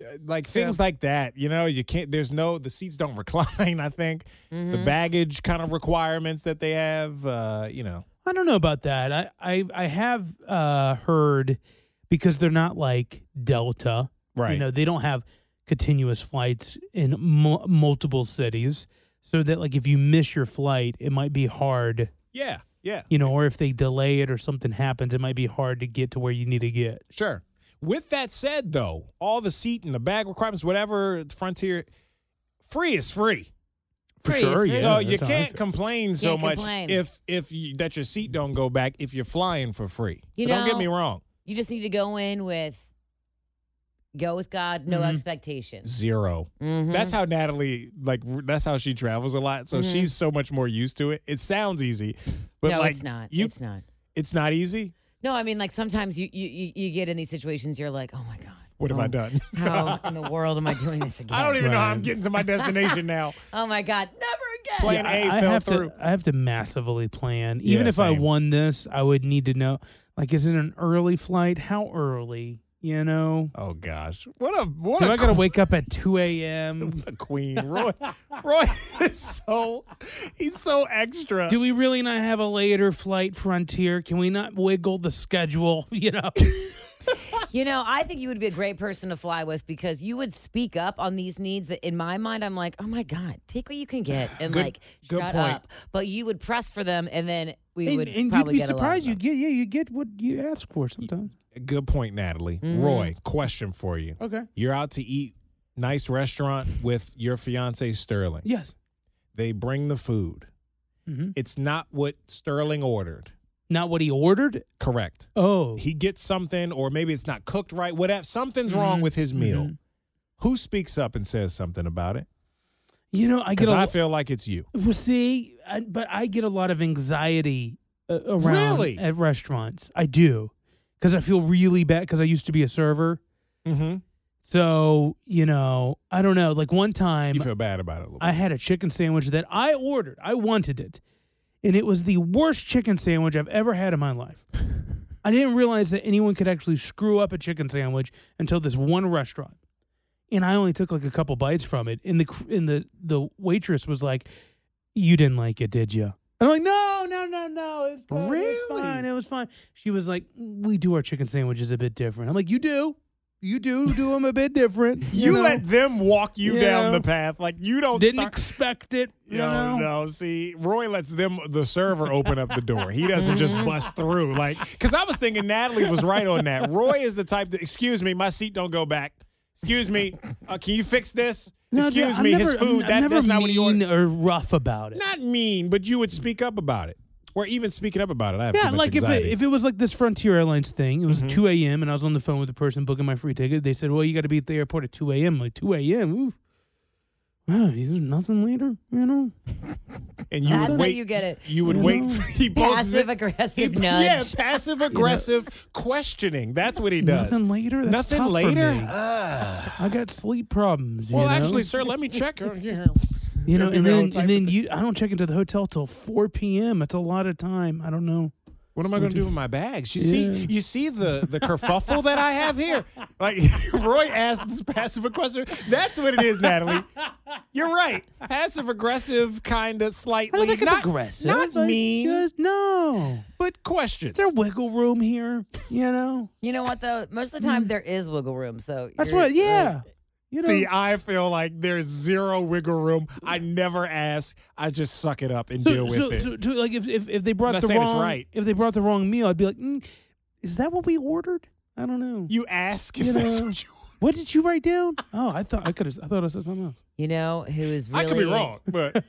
S3: uh, like things like that. You know, you can't. There's no the seats don't recline. I think the baggage kind of requirements that they have. Uh, you know,
S5: I don't know about that. I I, I have uh, heard because they're not like Delta. You
S3: Right.
S5: know, they don't have continuous flights in mul multiple cities, so that like if you miss your flight, it might be hard.
S3: yeah, yeah,
S5: You know, or if they delay it or something happens, it might be hard to get to where you need to get.
S3: sure. With that said, though, all the seat and the bag requirements, whatever the frontier, free is free.
S5: For
S4: Free is
S5: sure,
S4: free.
S5: yeah.
S3: So Oh, you
S5: that's how I
S3: can't
S5: feel.
S3: complain so
S4: Can't
S3: much
S4: complain.
S3: if if you, that your seat don't go back if you're flying for free.
S4: You
S3: so don't get
S4: know-
S3: me wrong.
S4: You just need to go in with go with God,
S3: Mm-hmm.
S4: no expectations.
S3: 0
S4: Mm-hmm.
S3: That's how Natalie like. r- That's how she travels a lot. So she's so much more used to it. It sounds easy, but
S4: Mm-hmm. no,
S3: like
S4: it's not.
S3: You,
S4: it's not.
S3: It's not easy.
S4: No, I mean like sometimes you you you- you get in these situations you're like, "Oh my god.
S3: What have I
S4: Oh,
S3: done?
S4: How in the world am I doing this again?"
S3: I don't even know how I'm
S5: Right.
S3: getting to my destination now.
S4: Oh my god, never again.
S3: Plan
S5: I-
S3: A
S5: I
S3: fell
S5: have
S3: through.
S5: to. I have to massively plan. Even
S3: Yeah,
S5: if I
S3: same.
S5: won this, I would need to know. Like, is it an early flight? How early? You know,
S3: Oh gosh, what a what
S5: do
S3: a
S5: I gotta
S3: queen-
S5: wake up at two a.m.?
S3: a queen, Roy. Roy is so he's so extra.
S5: Do we really not have a later flight frontier? Can we not wiggle the schedule? You know,
S4: You know, I think you would be a great person to fly with because you would speak up on these needs that in my mind I'm like, "Oh my god, take what you can get and
S3: Good-
S4: like
S3: good
S4: shut
S3: point.
S4: up." But you would press for them and then we
S5: and,
S4: would
S5: and you'd
S4: probably
S5: be
S4: get
S5: surprised.
S4: a
S5: You
S4: lot of them.
S5: get yeah, you get what you ask for sometimes.
S3: Good point, Natalie.
S4: Mm-hmm.
S3: Roy, question for you.
S5: Okay.
S3: You're out to eat nice restaurant with your fiance Sterling.
S5: Yes.
S3: They bring the food.
S5: Mhm.
S3: It's not what Sterling ordered.
S5: Not what he ordered.
S3: Correct.
S5: Oh,
S3: He gets something, or maybe it's not cooked right. Whatever. Something's wrong
S5: Mm-hmm.
S3: with his meal. Who speaks up and says something about it?
S5: you know, I get
S3: Because
S5: a
S3: I
S5: lot.
S3: feel like it's you.
S5: Well, see, I, but I get a lot of anxiety uh, around
S3: Really?
S5: at restaurants. I do because I feel really bad because I used to be a server.
S3: Mm-hmm.
S5: So you know, I don't know. Like one time,
S3: You feel bad about it a little bit.
S5: I had a chicken sandwich that I ordered. I wanted it, and it was the worst chicken sandwich I've ever had in my life. I didn't realize that anyone could actually screw up a chicken sandwich until this one restaurant, and I only took like a couple bites from it. And the cr- and the the waitress was like, "You didn't like it, did you?" And I'm like, "No, no, no, no. It's good. It was
S3: Really?
S5: fine. It was fine." She was like, "We do our chicken sandwiches a bit different." I'm like, "You do." You do do them a bit different.
S3: You,
S5: know?
S3: let them walk you
S5: You
S3: down
S5: know?
S3: the path. Like you don't
S5: didn't
S3: start.
S5: expect it. You
S3: no,
S5: know?
S3: no. See, Roy lets them the server open up the door. He doesn't just
S5: Mm-hmm.
S3: bust through. Like, because I was thinking Natalie was right on that. Roy is the type that. Excuse me, my seat don't go back. Excuse me, uh, can you fix this?
S5: No,
S3: excuse
S5: I'm
S3: me,
S5: never-
S3: his
S5: I'm-
S3: food.
S5: I'm
S3: that,
S5: never
S3: that's not what he
S5: mean
S3: ordered.
S5: or rough about it.
S3: Not mean, but you would speak up about it, or even speaking up about it. I have
S5: yeah,
S3: too much
S5: like if it,
S3: anxiety.
S5: if it was like this Frontier Airlines thing, it was 2 a.m. and I was on the phone with the person booking my free ticket. They said, "Well, you got to be at the airport at 2 a.m." Like 2 a.m. Ooh, wow, there's nothing later, you know.
S3: and you
S4: That's
S3: would
S4: how
S3: wait,
S4: you get it.
S3: You would
S5: You
S3: wait.
S5: know?
S3: For, he posts it.
S4: Passive aggressive
S3: He-
S4: nudge.
S3: Yeah, passive aggressive questioning. That's what he does.
S5: Nothing later. That's
S3: Nothing
S5: tough for
S3: later. Ah.
S5: me. I got sleep problems. you
S3: well,
S5: know?
S3: actually, sir, let me check. Yeah.
S5: you know,
S3: it'd be
S5: and
S3: their
S5: then
S3: own type
S5: and then
S3: of
S5: you, I don't check into the hotel till 4 p.m. That's a lot of time. I don't know.
S3: What am I going to do with my bags? You see,
S5: Yeah.
S3: you see the the kerfuffle that I have here. Like Roy asked this passive aggressive. That's what it is, Natalie. You're right. Passive aggressive, kind of slightly.
S5: I don't think it's
S3: not,
S5: aggressive.
S3: Not
S5: like,
S3: mean,
S5: just- no.
S3: but questions.
S5: Is there wiggle room here? You know,
S4: You know what though? Most of the time there is wiggle room. So
S5: Mm. that's
S4: you're-
S5: what. Yeah. You know.
S3: See, I feel like there's zero wiggle room. I never ask. I just suck it up and
S5: so,
S3: deal with
S5: so,
S3: it.
S5: so, to- like if, if if they brought
S3: not
S5: the
S3: saying it's
S5: wrong
S3: right.
S5: if they brought the wrong meal, I'd be like, mm, is that what we ordered? I don't know.
S3: you ask if
S5: You
S3: that's
S5: know.
S3: what you.
S5: what did you write down? Oh, I thought I could. have I thought I said something else.
S4: You know who is
S3: I
S4: really
S3: could be wrong, but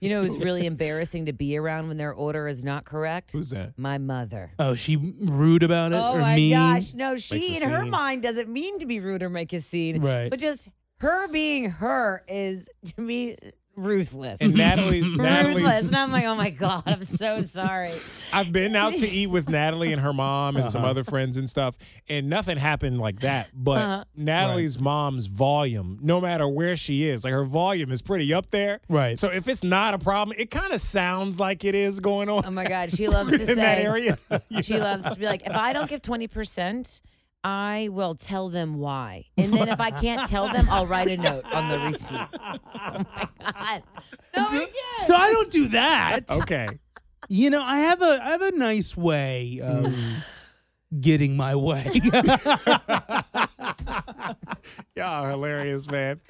S4: You know who's really embarrassing to be around when their order is not correct?
S3: who's that?
S4: My mother.
S5: Oh, she rude about it
S4: Oh
S5: or
S4: my
S5: mean?
S4: gosh. No, she
S3: Makes a
S4: in her
S3: scene.
S4: mind doesn't mean to be rude or make a scene.
S5: Right.
S4: But just her being her is to me ruthless.
S3: And Natalie's
S4: Ruthless.
S3: Natalie's
S4: And I'm like, oh my God, I'm so sorry.
S3: I've been out to eat with Natalie and her mom and some other friends and stuff, and nothing happened like that. But Natalie's mom's volume, no matter where she is, like her volume is pretty up there.
S5: Right.
S3: So if it's not a problem, it kind of sounds like it is going on
S4: Oh my God. She loves to
S3: in
S4: say
S3: that area.
S4: She loves to be like, if I don't give 20%, I will tell them why. And then if I can't tell them, I'll write a note on the receipt. Oh my God. No, I can't.
S5: So I don't do that.
S3: okay.
S5: You know, I have a I have a nice way of
S3: Mm.
S5: getting my way.
S3: Y'all are hilarious, man.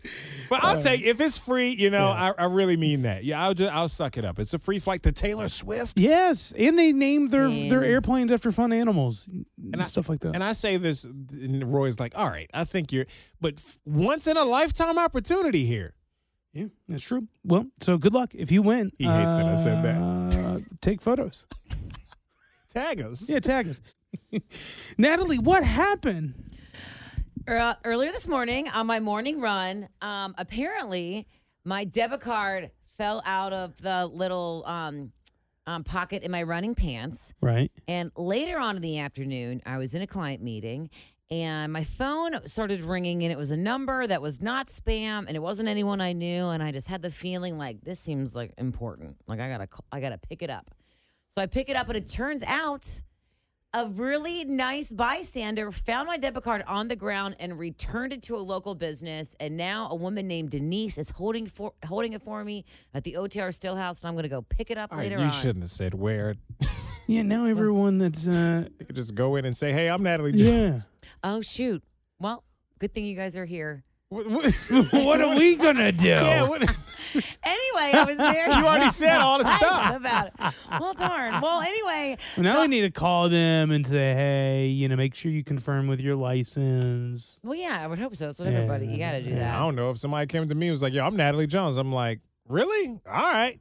S3: But I'll take if it's free. You know, I, I really mean that. Yeah, I'll just I'll suck it up. It's a free flight to Taylor Swift.
S5: yes, and they name their their
S4: Yeah.
S5: airplanes after fun animals and,
S3: I-
S5: stuff like that.
S3: And I say this, and Roy's like, "All right, I think you're, but f- once in a lifetime opportunity here."
S5: yeah, that's true. Well, so good luck if you win.
S3: He hates that I said that.
S5: uh, Take photos.
S3: Tag us.
S5: Yeah, tag us. Natalie, what happened?
S4: Er- Earlier this morning on my morning run, um, apparently my debit card fell out of the little um, um, pocket in my running pants.
S5: Right.
S4: And later on in the afternoon, I was in a client meeting and my phone started ringing and it was a number that was not spam and it wasn't anyone I knew and I just had the feeling like this seems like important. Like I got to I got to pick it up. So I pick it up and it turns out a really nice bystander found my debit card on the ground and returned it to a local business. And now a woman named Denise is holding for holding it for me at the OTR Stillhouse, and I'm gonna go pick it up
S3: All right,
S4: later
S3: you
S4: on.
S3: shouldn't have said where.
S5: Yeah, now everyone that's uh
S3: You could just go in and say, "Hey, I'm Natalie."
S5: yeah.
S3: Jones.
S4: Oh shoot! Well, good thing you guys are here.
S3: What, what-
S5: what are we gonna do?
S3: yeah. What,
S4: Anyway, I was there.
S3: you already said all the
S4: Right
S3: stuff.
S4: about it. Well, darn. Well, anyway,
S5: now I need to call them and say, hey, you know, make sure you confirm with your license.
S4: well, yeah, I would hope so. That's what
S5: Yeah,
S4: everybody. You got to do
S3: I
S4: that.
S3: don't know if somebody came to me and was like, "Yo, I'm Natalie Jones." I'm like, "Really? All right."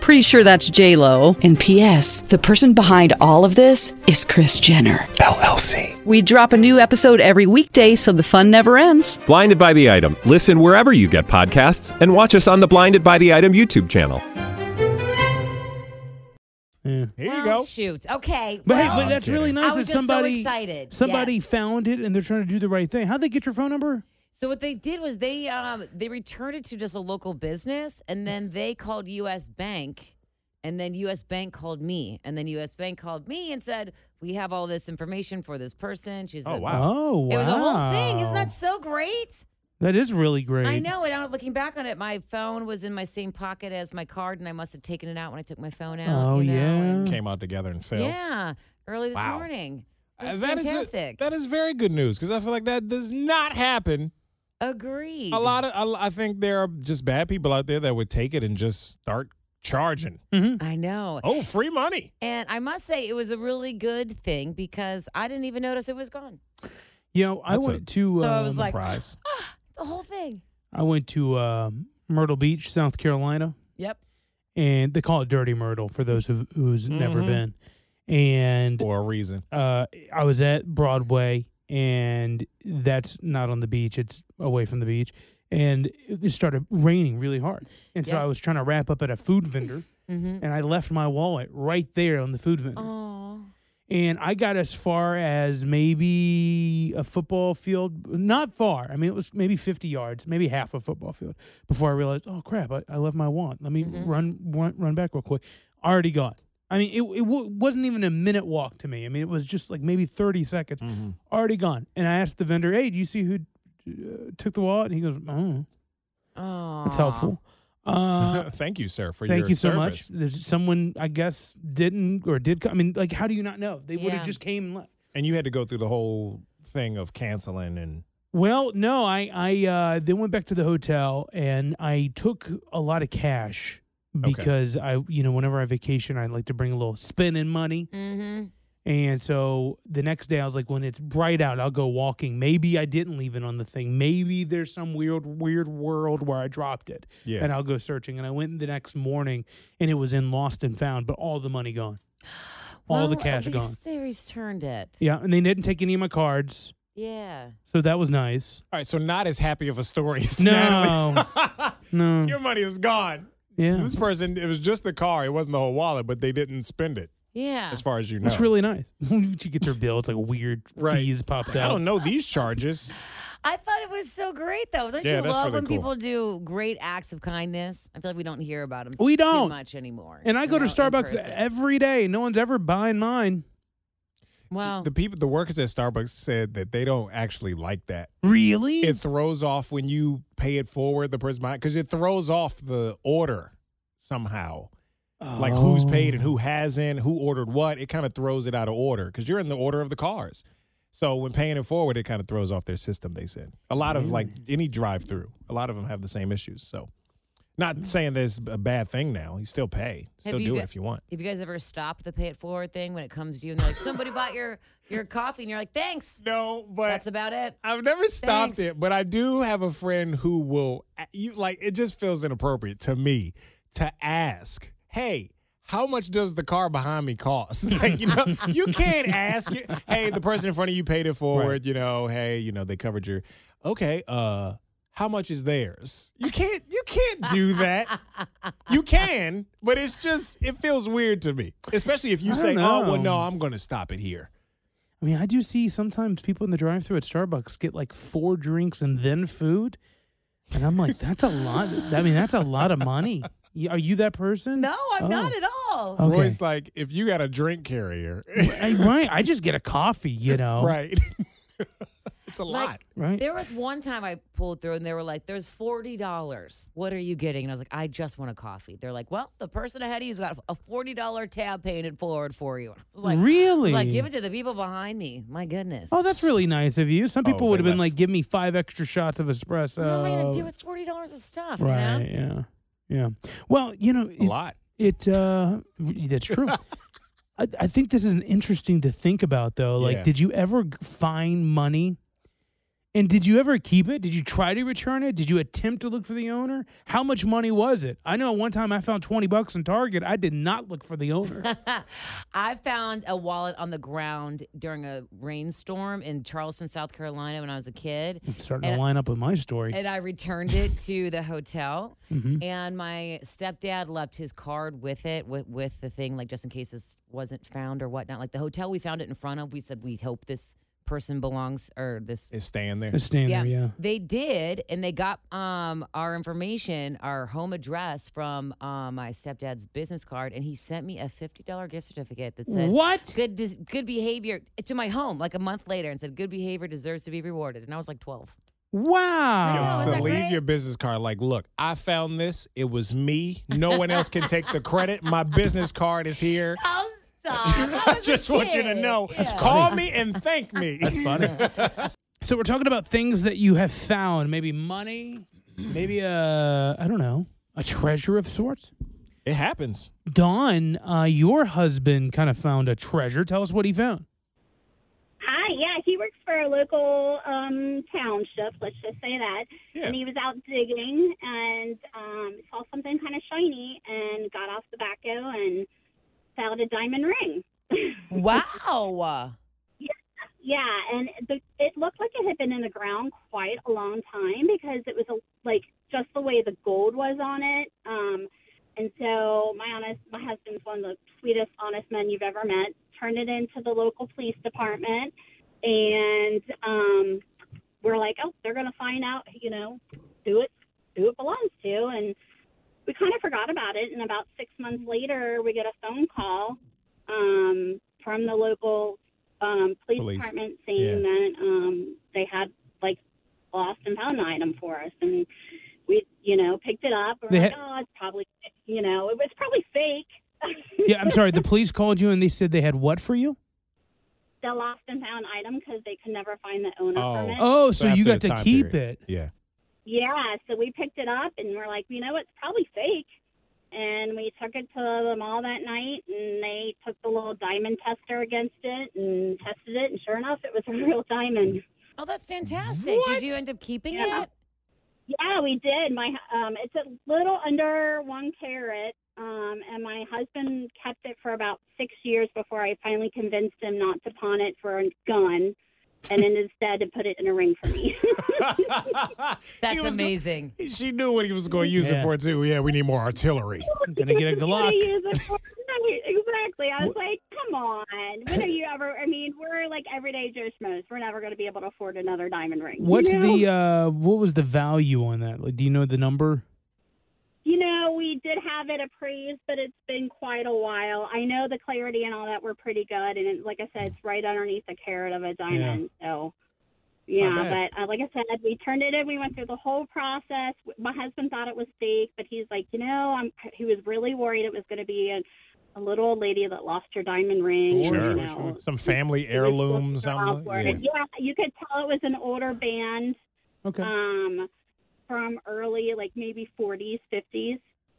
S10: Pretty sure that's J Lo. And P.S. The person behind all of this is Chris Jenner
S11: LLC.
S10: We drop a new episode every weekday, so the fun never ends.
S11: Blinded by the item. Listen wherever you get podcasts, and watch us on the Blinded by the Item YouTube channel.
S5: Yeah.
S3: Here
S4: well,
S3: you go.
S4: Shoot. Okay.
S5: But hey,
S4: well,
S5: but that's
S3: kidding.
S5: really nice
S4: I was
S5: that
S4: just so
S5: somebody
S4: excited.
S5: somebody
S4: Yes.
S5: found it and they're trying to do the right thing. How'd they get your phone number?
S4: So what they did was they um they returned it to just a local business and then they called US Bank and then US Bank called me and then US Bank called me and said, "We have all this information for this person." She's
S3: Oh,
S4: a-
S3: wow.
S5: Oh wow.
S4: It was a whole thing. Isn't that so great?
S5: that is really great.
S4: I know. And now looking back on it, my phone was in my same pocket as my card, and I must have taken it out when I took my phone out.
S5: Oh
S4: you know, and-
S5: yeah.
S3: Came out together and failed.
S4: yeah, early this
S3: Wow.
S4: morning. It
S3: Uh,
S4: was
S3: that is a-
S4: fantastic.
S3: that is very good news because I feel like that does not happen.
S4: Agreed.
S3: A lot of a lo- I think there are just bad people out there that would take it and just start charging.
S4: I know.
S3: Oh, free money.
S4: And I must say, it was a really good thing because I didn't even notice it was gone.
S5: You know, I
S3: That's a-
S5: went to
S4: So I was
S5: um,
S4: like-
S3: Prize.
S4: The whole thing.
S5: I went to uh, Myrtle Beach, South Carolina.
S4: Yep.
S5: And they call it Dirty Myrtle for those who, who's never
S4: Mm-hmm.
S3: Mhm.
S5: been. And
S3: For a reason.
S5: uh, I was at Broadway, and that's not on the beach; it's away from the beach. And it started raining really hard, and so
S4: Yeah.
S5: I was trying to wrap up at a food vendor,
S4: Mm-hmm.
S5: and I left my wallet right there on the food vendor.
S4: Oh,
S5: And I got as far as maybe a football field, not far. I mean, it was maybe fifty yards, maybe half a football field, before I realized, oh crap, I, I left my wallet. Let me
S3: Mm-hmm.
S5: run, run run back real quick. Already gone. I mean, it, it w- wasn't even a minute walk to me. I mean, it was just like maybe 30 seconds
S3: Mm-hmm.
S5: already gone. And I asked the vendor, "Hey, do you see who uh, took the wallet?" And he goes, "Oh,
S4: oh.
S5: that's helpful." Uh,
S3: Thank you, sir, for
S5: thank
S3: your
S5: you so
S3: service.
S5: much. There's someone I guess didn't or did. co- I mean, like, how do you not know? They would
S4: Yeah.
S5: have just came and left.
S3: And you had to go through the whole thing of canceling and
S5: Well, no, I I uh, then went back to the hotel and I took a lot of cash
S3: Okay.
S5: because I you know whenever I vacation I like to bring a little spin in money.
S4: Mm-hmm.
S5: And so the next day, I was like, when it's bright out, I'll go walking. Maybe I didn't leave it on the thing. Maybe there's some weird, weird world where I dropped it.
S3: Yeah.
S5: And I'll go searching. And I went the next morning and it was in Lost and Found, but all the money gone. All the cash
S4: at
S5: gone.
S4: least they returned it.
S5: Yeah. And they didn't take any of my cards.
S4: Yeah.
S5: So that was nice.
S3: all right, so not as happy of a story as
S5: No.
S3: Natalie's.
S5: No.
S3: your money was gone.
S5: Yeah.
S3: This person, it was just the car. It wasn't the whole wallet, but they didn't spend it,
S4: Yeah.
S3: as far as you know.
S5: That's really nice. you get your bill. It's like weird
S3: Right.
S5: fees popped out.
S3: I don't know these charges.
S4: I thought it was so great, though. Don't
S3: Yeah,
S4: you
S3: that's
S4: love
S3: really
S4: when
S3: cool.
S4: people do great acts of kindness? I feel like we don't hear about them.
S5: We don't.
S4: too much anymore.
S5: And I
S4: you
S5: go to
S4: know, in
S5: Starbucks
S4: person.
S5: every day. No one's ever buying mine.
S4: Well,
S3: The people, the workers at Starbucks said that they don't actually like that.
S5: Really?
S3: It throws off when you pay it forward, the person behind, because it throws off the order somehow. Like who's paid and who hasn't, who ordered what. It kind of throws it out of order because you're in the order of the cars. So when paying it forward, it kind of throws off their system, they said. A lot of like any drive through, a lot of them have the same issues. So not saying there's a bad thing now. You still pay, still
S4: Have you
S3: do
S4: got-
S3: it if you want.
S4: Have you guys ever stopped the pay it forward thing when it comes to you and they're like, somebody bought your your coffee and you're like, thanks.
S3: No, but
S4: That's about it.
S3: I've never stopped
S4: Thanks.
S3: it, but I do have a friend who will you like it just feels inappropriate to me to ask, "Hey, how much does the car behind me cost?" Like, you know, you can't ask, you- "Hey, the person in front of you paid it forward, you know, hey, you know, they covered your Okay, uh how much is theirs? You can't you can't do that. You can, but it's just it feels weird to me, especially if
S5: I
S3: you
S5: don't
S3: say, "Oh well,
S5: know.
S3: no, I'm going to stop it here."
S5: I mean, I do see sometimes people in the drive-through at Starbucks get like four drinks and then food, and I'm like, that's a lot. I mean, that's a lot of money. Y- Are you that person? Oh.
S4: No, I'm
S3: Oh.
S4: not at all.
S5: Okay.
S3: Roy's like, if you got a drink carrier,
S5: Hey, right, I just get a coffee, you know.
S3: right? it's a lot.
S5: Right.
S4: There was one time I pulled through and they were like, there's $40. What are you getting? And I was like, I just want a coffee. They're like, well, the person ahead of you's got a $40 tab painted forward for you. I was like, I was
S5: Really?
S4: like, give it to the people behind me. My goodness.
S5: Oh, that's really nice of you. Some
S3: Oh,
S5: people
S3: they
S5: would have been
S3: left.
S5: like, "Give me five extra shots of espresso."
S4: What am I going to do with $40 of stuff? you know?
S5: right? Yeah, yeah. Well, you know, it,
S3: A lot.
S5: It uh, re- that's true. I, I think this is an interesting to think about, though. Like,
S3: Yeah.
S5: did you ever g- find money? And did you ever keep it? Did you try to return it? Did you attempt to look for the owner? How much money was it? I know one time I found 20 bucks in Target. I did not look for the owner.
S4: I found a wallet on the ground during a rainstorm in Charleston, South Carolina when I was a kid.
S5: I'm starting to
S4: And-
S5: line up with my story.
S4: And I returned it to the hotel.
S5: Mhm.
S4: And my stepdad left his card with it, with, with the thing, like just in case this wasn't found or whatnot. Like the hotel we found it in front of, we said, we hope this person belongs or this.
S3: It's staying there.
S5: It's staying there, yeah.
S4: They did. And they got um, our information, our home address from uh, my stepdad's business card. And he sent me a $50 gift certificate that said,
S5: What?
S4: Good, des- good behavior to my home, like a month later, and said, good behavior deserves to be rewarded. And I was like 12.
S5: Wow. Oh,
S4: know,
S3: to
S4: isn't that
S3: leave
S4: great?
S3: your business card like, look, I found this. It was me. No one else can take the credit. My business card is here.
S4: Oh, stop. I was a
S3: Just want you to
S4: kid.
S3: know.
S4: Yeah.
S3: Call me and thank me.
S5: That's funny. so we're talking about things that you have found, maybe money, maybe a I don't know, a treasure of sorts.
S3: It happens.
S5: Don, uh, your husband kind of found a treasure. Tell us what he found.
S12: Hi, yeah, he works for a local um, township, let's just say that.
S3: Yeah.
S12: And he was out digging and um, saw something kind of shiny and got off the backhoe and found a diamond ring.
S4: Wow.
S12: Yeah, and the, it looked like it had been in the ground quite a long time because it was a, like just the way the gold was on it. Um, and so my honest, my husband's one of the sweetest, honest men you've ever met. Turned it into the local police department, and um, we're like, oh, they're gonna find out, you know, who it who it belongs to, and we kind of forgot about it. And about six months later, we get a phone call um, from the local um, police,
S3: Police.
S12: department saying
S3: Yeah.
S12: that um, they had like lost and found an item for us, and we, you know, picked it up. We're
S5: They
S12: like,
S5: had-
S12: oh, it's probably, you know, it was probably fake.
S5: Yeah, I'm sorry. The police called you and they said they had what for you?
S12: the lost and found item because they could never find the owner from it.
S5: Oh, so you
S3: after
S5: got
S3: the
S5: to
S3: time
S5: keep
S3: period.
S5: it.
S3: Yeah.
S12: Yeah, so we picked it up and we're like, you know, it's probably fake. And we took it to the mall that night and they took the little diamond tester against it and tested it. And sure enough, it was a real diamond.
S4: Oh, that's fantastic. Did you end up keeping
S12: Yeah.
S4: it?
S12: Yeah, we did. My um, It's a little under one carat. Um, and my husband kept it for about six years before I finally convinced him not to pawn it for a gun and then instead to put it in a ring for me.
S3: He
S4: That's
S3: was go-
S4: amazing.
S3: She knew what he was going to use
S5: Yeah.
S3: it for too. Yeah, we need more artillery.
S5: I'm gonna get a
S12: What
S5: Glock.
S12: are you using for? Right, exactly. I was like, come on. When are you ever? I mean, we're like everyday Joe Schmoes. We're never going to be able to afford another diamond ring.
S5: What's
S12: you know?
S5: the uh, what was the value on that? Like, do you know the number?
S12: You know, we did have it appraised, but it's been quite a while. I know the clarity and all that were pretty good, and it, like I said, it's right underneath the carat of a diamond. So.
S3: not
S12: Yeah,
S3: bad.
S12: but uh, like I said, we turned it in. We went through the whole process. My husband thought it was fake, but he's like, you know, I'm. He was really worried it was going to be a, a little old lady that lost her diamond ring.
S3: Sure,
S12: you
S3: sure,
S12: know,
S3: Some family heirloom. Something.
S12: yeah.
S3: like- Yeah.
S12: yeah, you could tell it was an older band
S5: Okay.
S12: um, from early, like maybe 40s, 50s. So,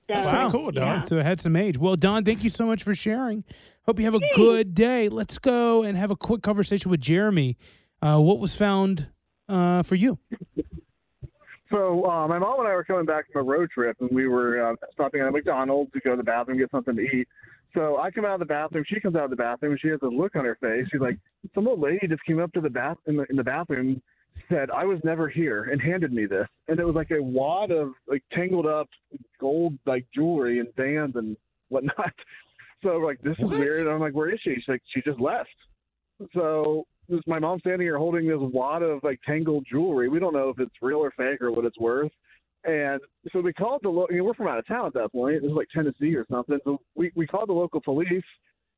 S3: That's pretty cool, Don.
S12: yeah.
S5: So it had some age. Well, Don, thank you so much for sharing. Hope you have a good day. Let's go and have a quick conversation with Jeremy. Uh, what was found uh, for you?
S13: So uh, my mom and I were coming back from a road trip, and we were uh, stopping at a McDonald's to go to the bathroom get something to eat. So I come out of the bathroom. She comes out of the bathroom. She has a look on her face. She's like, "Some old lady just came up to the bath in the, in the bathroom, said, I was never here, and handed me this. And it was like a wad of like tangled up gold, like jewelry and bands and whatnot. So we're like, this is weird. And I'm like, where is she? She's like, she just left. So this, my mom's standing here holding this wad of like tangled jewelry. We don't know if it's real or fake or what it's worth. And so we called the, lo- you know, we're from out of town at that point. It was like Tennessee or something. So we, we called the local police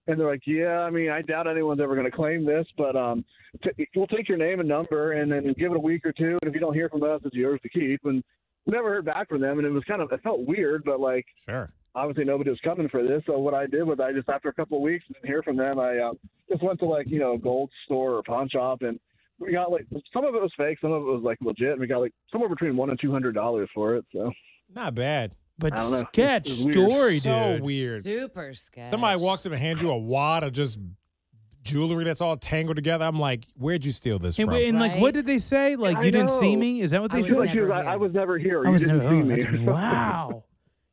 S13: and they're like, yeah, I mean, I doubt anyone's ever going to claim this, but um, t- we'll take your name and number and then give it a week or two. And if you don't hear from us, it's yours to keep. And we never heard back from them. And it was kind of, it felt weird, but like,
S3: sure.
S13: Obviously, nobody was coming for this. So what I did was I just, after a couple of weeks, didn't hear from them. I um, just went to like, you know, a gold store or pawn shop and we got like, some of it was fake, some of it was like legit. And we got like somewhere between one and $200 for it. So.
S3: Not bad.
S13: But I don't know. sketch This is weird. story,
S3: so
S13: dude.
S3: weird.
S4: Super sketch.
S3: Somebody walks up and hands you a wad of just jewelry that's all tangled together. I'm like, where'd you steal this
S5: And,
S3: from?
S5: wait, and like, what did they say? Like, you didn't see me? Is that what they said?
S13: Like, dude, I, I was never here.
S5: I was
S13: you didn't
S5: never-
S13: see
S5: oh,
S13: me.
S5: that's- wow.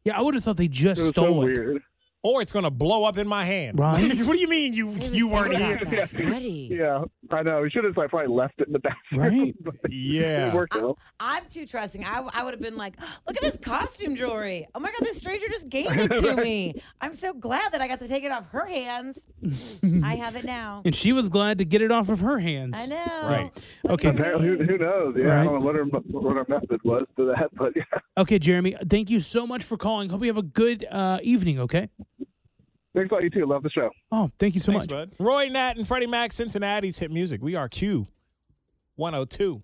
S5: Yeah, I would have thought they just
S3: It was so
S5: stole it.
S3: weird. Or it's gonna blow up in my hand.
S5: Right.
S3: what do you mean you you weren't here?
S13: Yeah, I know. We should have like, probably left it in the bathroom. Right?
S3: Yeah.
S13: it worked out.
S4: I'm too trusting. I, I would have been like, look at this costume jewelry. Oh my God, this stranger just gave it to me. I'm so glad that I got to take it off her hands. I have it now.
S5: And she was glad to get it off of her hands.
S4: I know.
S5: Right. Okay.
S13: Apparently, who, who knows? Yeah, I don't know what her, what her method was to that, but yeah.
S5: Okay, Jeremy, thank you so much for calling. Hope you have a good uh, evening, okay?
S13: Thanks a lot, you too. Love the show.
S5: Oh, thank you so
S3: Thanks,
S5: much.
S3: bud. Roy Nat and Freddie Mac, Cincinnati's hit music. We are Q, one hundred two.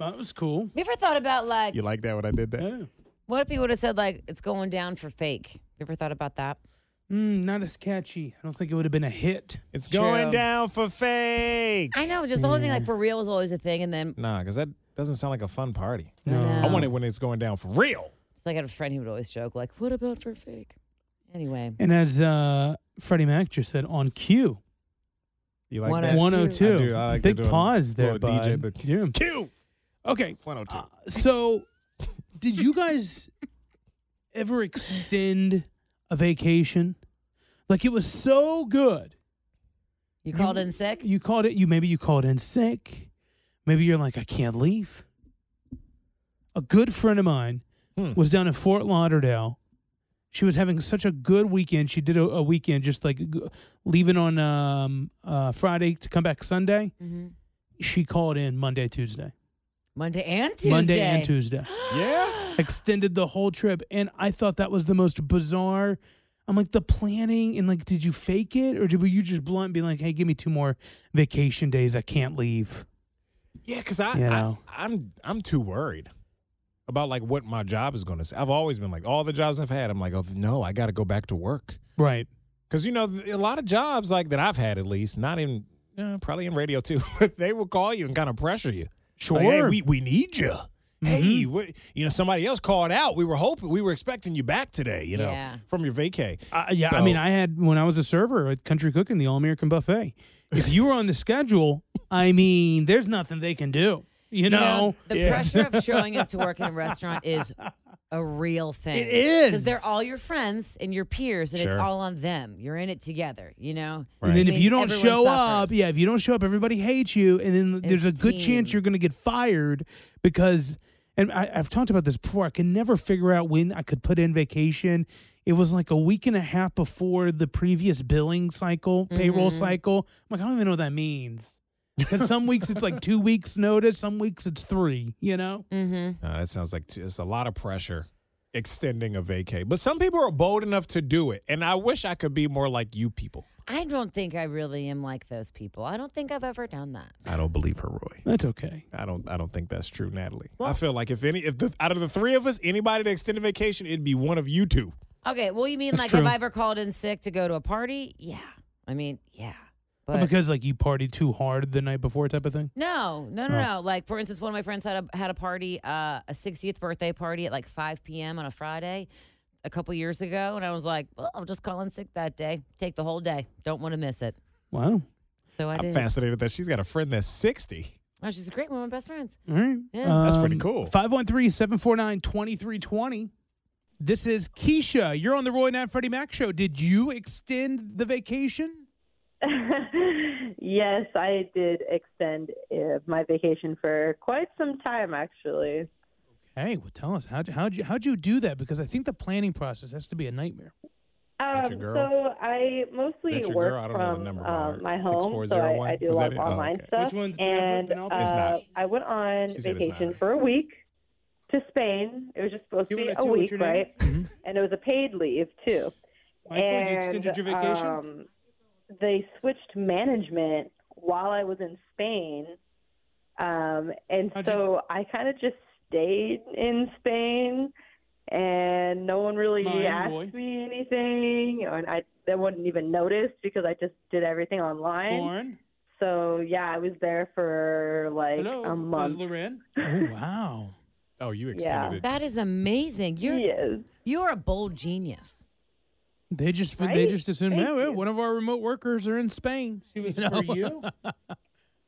S5: That was cool.
S4: You ever thought about like,
S3: You like that when I did that?
S4: what if he would have said like, it's going down for fake? You ever thought about that?
S5: Mm, not as catchy. I don't think it would have been a hit.
S3: It's
S4: going True.
S3: down for fake.
S4: I know, just the whole
S3: Mm.
S4: thing like for real is always a thing, and then
S3: Nah, because that doesn't sound like a fun party. I want it when it's going down for real.
S4: it's like I had a friend who would always joke like, what about for fake? Anyway,
S5: And as uh, Freddie Mac just said, on cue.
S3: You
S4: like
S3: that?
S5: 102.
S3: I do. I like
S5: Big
S3: to do a
S5: pause there,
S3: little
S5: bud. Uh,
S3: DJ bit.
S5: Yeah.
S3: Q.
S5: Okay.
S3: 102.
S5: So, did you guys ever extend a vacation? Like it was so good.
S4: You called in sick.
S5: You called it. You maybe you called in sick. Maybe you're like I can't leave. A good friend of mine
S3: Hmm.
S5: was down in Fort Lauderdale. She was having such a good weekend. She did a, a weekend just like g- leaving on um, uh, Friday to come back Sunday. She called in Monday, Tuesday.
S4: Monday and Tuesday.
S5: Monday and Tuesday.
S3: yeah.
S5: Extended the whole trip. And I thought that was the most bizarre. I'm like, the planning and like, did you fake it or did, were you just blunt and be like, hey, give me two more vacation days? I can't leave.
S3: Yeah, because I,
S5: You know.
S3: I I'm I'm too worried about like what my job is going to say. I've always been like all the jobs I've had. I'm like, oh no, I got to go back to work
S5: Right.
S3: because you know th- a lot of jobs like that I've had at least not in uh, probably in radio too. they will call you and kind of pressure you. Like, hey,
S5: Sure. Mm-hmm.
S3: we we need you. Hey, what, you know somebody else called out. We were hoping we were expecting you back today. You know
S5: Yeah.
S3: from your vacay.
S5: Uh, yeah, I mean, I had when I was a server at Country Cooking, the All American Buffet. If you were on the schedule, I mean, there's nothing they can do. You know,
S4: the pressure of showing up to work in a restaurant is a real thing.
S5: It is.
S4: because they're all your friends and your peers, and it's
S5: Sure.
S4: all on them. You're in it together, you know.
S5: And then
S4: It
S5: if
S4: means
S5: you don't
S4: everyone
S5: show up,
S4: suffers.
S5: yeah, if you don't show up, everybody hates you, and then there's a good chance you're going to get fired because. And I, I've talked about this before. I can never figure out when I could put in vacation. It was like a week and a half before the previous billing cycle, payroll
S4: Mm-hmm.
S14: Mhm.
S5: cycle. I'm like, I don't even know what that means. Because some weeks it's like two weeks notice, some weeks it's three. You know.
S4: Mm-hmm.
S3: No, that sounds like t- it's a lot of pressure extending a vacay. But some people are bold enough to do it, and I wish I could be more like you people.
S4: I don't think I really am like those people. I don't think I've ever done that.
S3: I don't believe her, Roy.
S5: That's okay.
S3: I don't. I don't think that's true, Natalie. I feel like if any, if the, out of the three of us, anybody to extend a vacation, it'd be one of you two.
S4: Okay, well, you mean
S3: That's
S4: like
S3: true.
S4: have I ever called in sick to go to a party? Yeah, I mean, yeah.
S5: Or because like you partied too hard the night before, type of thing.
S4: No, no, no,
S5: Oh.
S4: no. Like for instance, one of my friends had a had a party, uh, a 60th birthday party at like 5 p.m. on a Friday, a couple years ago, and I was like, well, I'm just calling sick that day. Take the whole day. Don't want to miss it.
S5: Wow.
S4: So I
S3: am
S4: did.
S3: fascinated that she's got a friend that's sixty.
S4: Oh, she's great. One of my best friends.
S5: All right. Um,
S4: Yeah.
S3: That's pretty cool.
S5: 513 749 2320. This is Keisha. You're on the Roy Nat Freddie Mac show. Did you extend the vacation?
S14: yes, I did extend uh, my vacation for quite some time, actually.
S5: Hey, well, tell us how how'd you how'd you do that? Because I think the planning process has to be a nightmare.
S14: Um,
S5: your girl?
S14: so I mostly
S5: That's your
S14: work
S5: girl? I don't know the
S14: from
S5: number by
S14: uh,
S5: heart.
S14: my home, so I,
S5: 6401?
S14: I do a
S5: Is
S14: lot
S5: that
S14: of
S5: it? Oh,
S14: online
S5: okay.
S14: stuff.
S5: Which one's Penelope?
S14: and
S5: Penelope? It's
S14: uh,
S5: not.
S14: I went on
S5: She said it's
S14: vacation for a week to Spain. It was just supposed to
S5: You
S14: be
S5: wanna
S14: a
S5: do what's
S14: week,
S5: your name? Mm-hmm.
S14: right? and it was a paid leave too.
S5: Michael, you
S14: and,
S5: extended your vacation?
S14: Um, they switched management while I was in Spain, um, and so I kind of just stayed in Spain, and no one really
S15: Mine,
S14: asked
S15: boy.
S14: me anything, and I they wouldn't even notice because I just did everything online.
S5: Lauren?
S14: So yeah, I was there for like
S5: Hello,
S14: a
S5: this is
S14: month.
S5: Loren. Oh wow.
S3: Oh, you
S14: extended Yeah. it.
S4: That is amazing. You're you're a bold genius.
S5: They just they
S4: Right?
S5: just assumed,
S4: Thank
S5: yeah, well, one of our remote workers are in Spain. She was
S4: for
S3: you?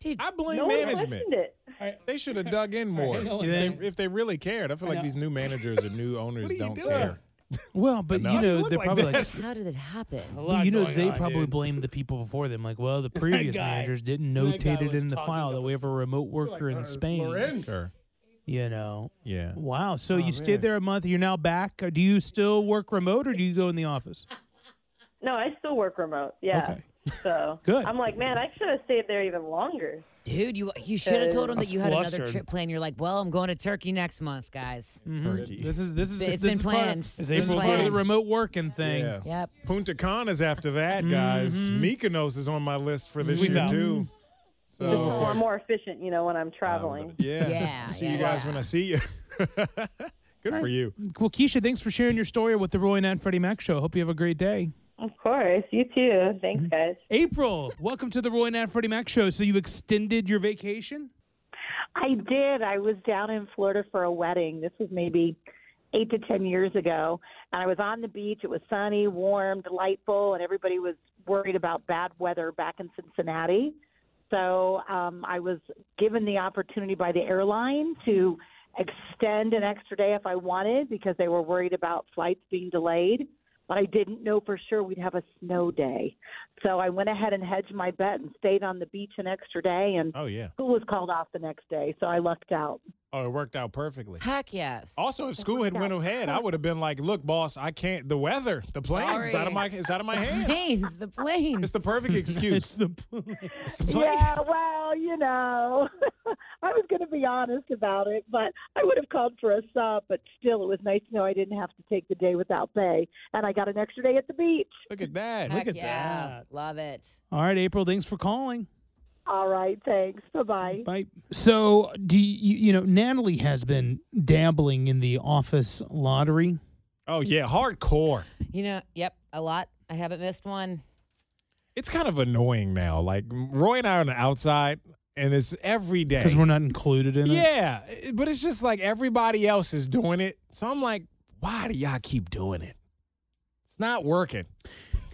S4: Dude,
S3: I blame
S14: Oh,
S5: no one
S3: management.
S5: questioned it.
S3: They should have dug in more
S5: All
S3: if,
S5: right. Yeah.
S3: they, if they really cared. I feel
S5: I
S3: like
S5: know.
S3: these new managers and new owners don't care.
S5: Well, but
S3: Enough.
S5: you know
S3: Look
S5: they're
S3: like
S5: probably
S3: that.
S4: How did it happen?
S5: like, you know they probably blamed the people before them. Like, well, the previous
S4: guy-
S5: managers didn't
S4: that guy
S5: notate it
S4: was
S5: in the
S4: talking
S5: file that we have a remote worker in Spain.
S3: Sure.
S5: You know.
S3: Yeah.
S5: Wow. So
S3: Oh,
S5: you
S3: man.
S5: stayed there a month. You're now back. Uh, Do you still work remote or do you go in the office?
S14: No, I still work remote. Yeah.
S5: Okay.
S14: So
S5: Good.
S14: I'm like, man, I should have stayed there even longer.
S4: Dude, you you should have told him that
S5: I'm
S4: you had another
S5: flustered. Mm.
S4: trip planned. You're like, well, I'm going to Turkey next month, guys.
S5: Turkey. Mm-hmm. This is this is
S4: It's
S5: this
S4: been
S5: is part of-
S4: planned.
S5: Is
S4: It's been
S5: April part of the
S4: planned.
S5: remote working thing?
S3: Yeah.
S4: Yep.
S3: Punta Cana's after that, guys. Mykonos is on my list for this
S5: Mm-hmm. We
S3: year
S5: know.
S3: too. So
S14: Just so I'm more efficient, you know, when I'm traveling.
S3: yeah. see you guys when I see you. Good for you.
S5: Well, Keisha, thanks for sharing your story with the Roy and Ann Freddie Mac show. Hope you have a great day.
S14: Of course. Mm-hmm. You too. Thanks, guys.
S5: April, welcome to the Roy and Ann Freddie Mac show. So you extended your vacation?
S15: I did. I was down in Florida for a wedding. This was maybe eight to ten years ago, and I was on the beach. It was sunny, warm, delightful, and everybody was worried about bad weather back in Cincinnati. So um, I was given the opportunity by the airline to extend an extra day if I wanted because they were worried about flights being delayed. But I didn't know for sure we'd have a snow day. So I went ahead and hedged my bet and stayed on the beach an extra day. And
S3: Oh yeah.
S15: school was called off the next day, so I lucked out.
S3: Oh, it worked out perfectly.
S4: Heck yes.
S3: Also, if school had went ahead, I would have been like, "Look, boss, I can't. The weather, the planes, it's out of my, it's out of my hands.
S4: Planes, the planes.
S3: It's the perfect excuse.
S5: It's the
S15: Yeah, well, you know, I was going to be honest about it, but I would have called for a sub. But still, it was nice to know I didn't have to take the day without pay, and I got an extra day at the beach.
S3: Look at that.
S4: Heck
S5: Look at
S4: yeah.
S5: that.
S4: Love it.
S5: All right, April, thanks for calling.
S15: All right, thanks. Bye bye.
S5: Bye. So, do you, you know, Natalie has been dabbling in the office lottery.
S3: Oh yeah, hardcore.
S4: You know, yep, a lot. I haven't missed one.
S3: It's kind of annoying now. Like Roy and I are on the outside, and it's every day.
S5: Because we're not included in it.
S3: Yeah, it- but it's just like everybody else is doing it. So I'm like, why do y'all keep doing it? It's not working.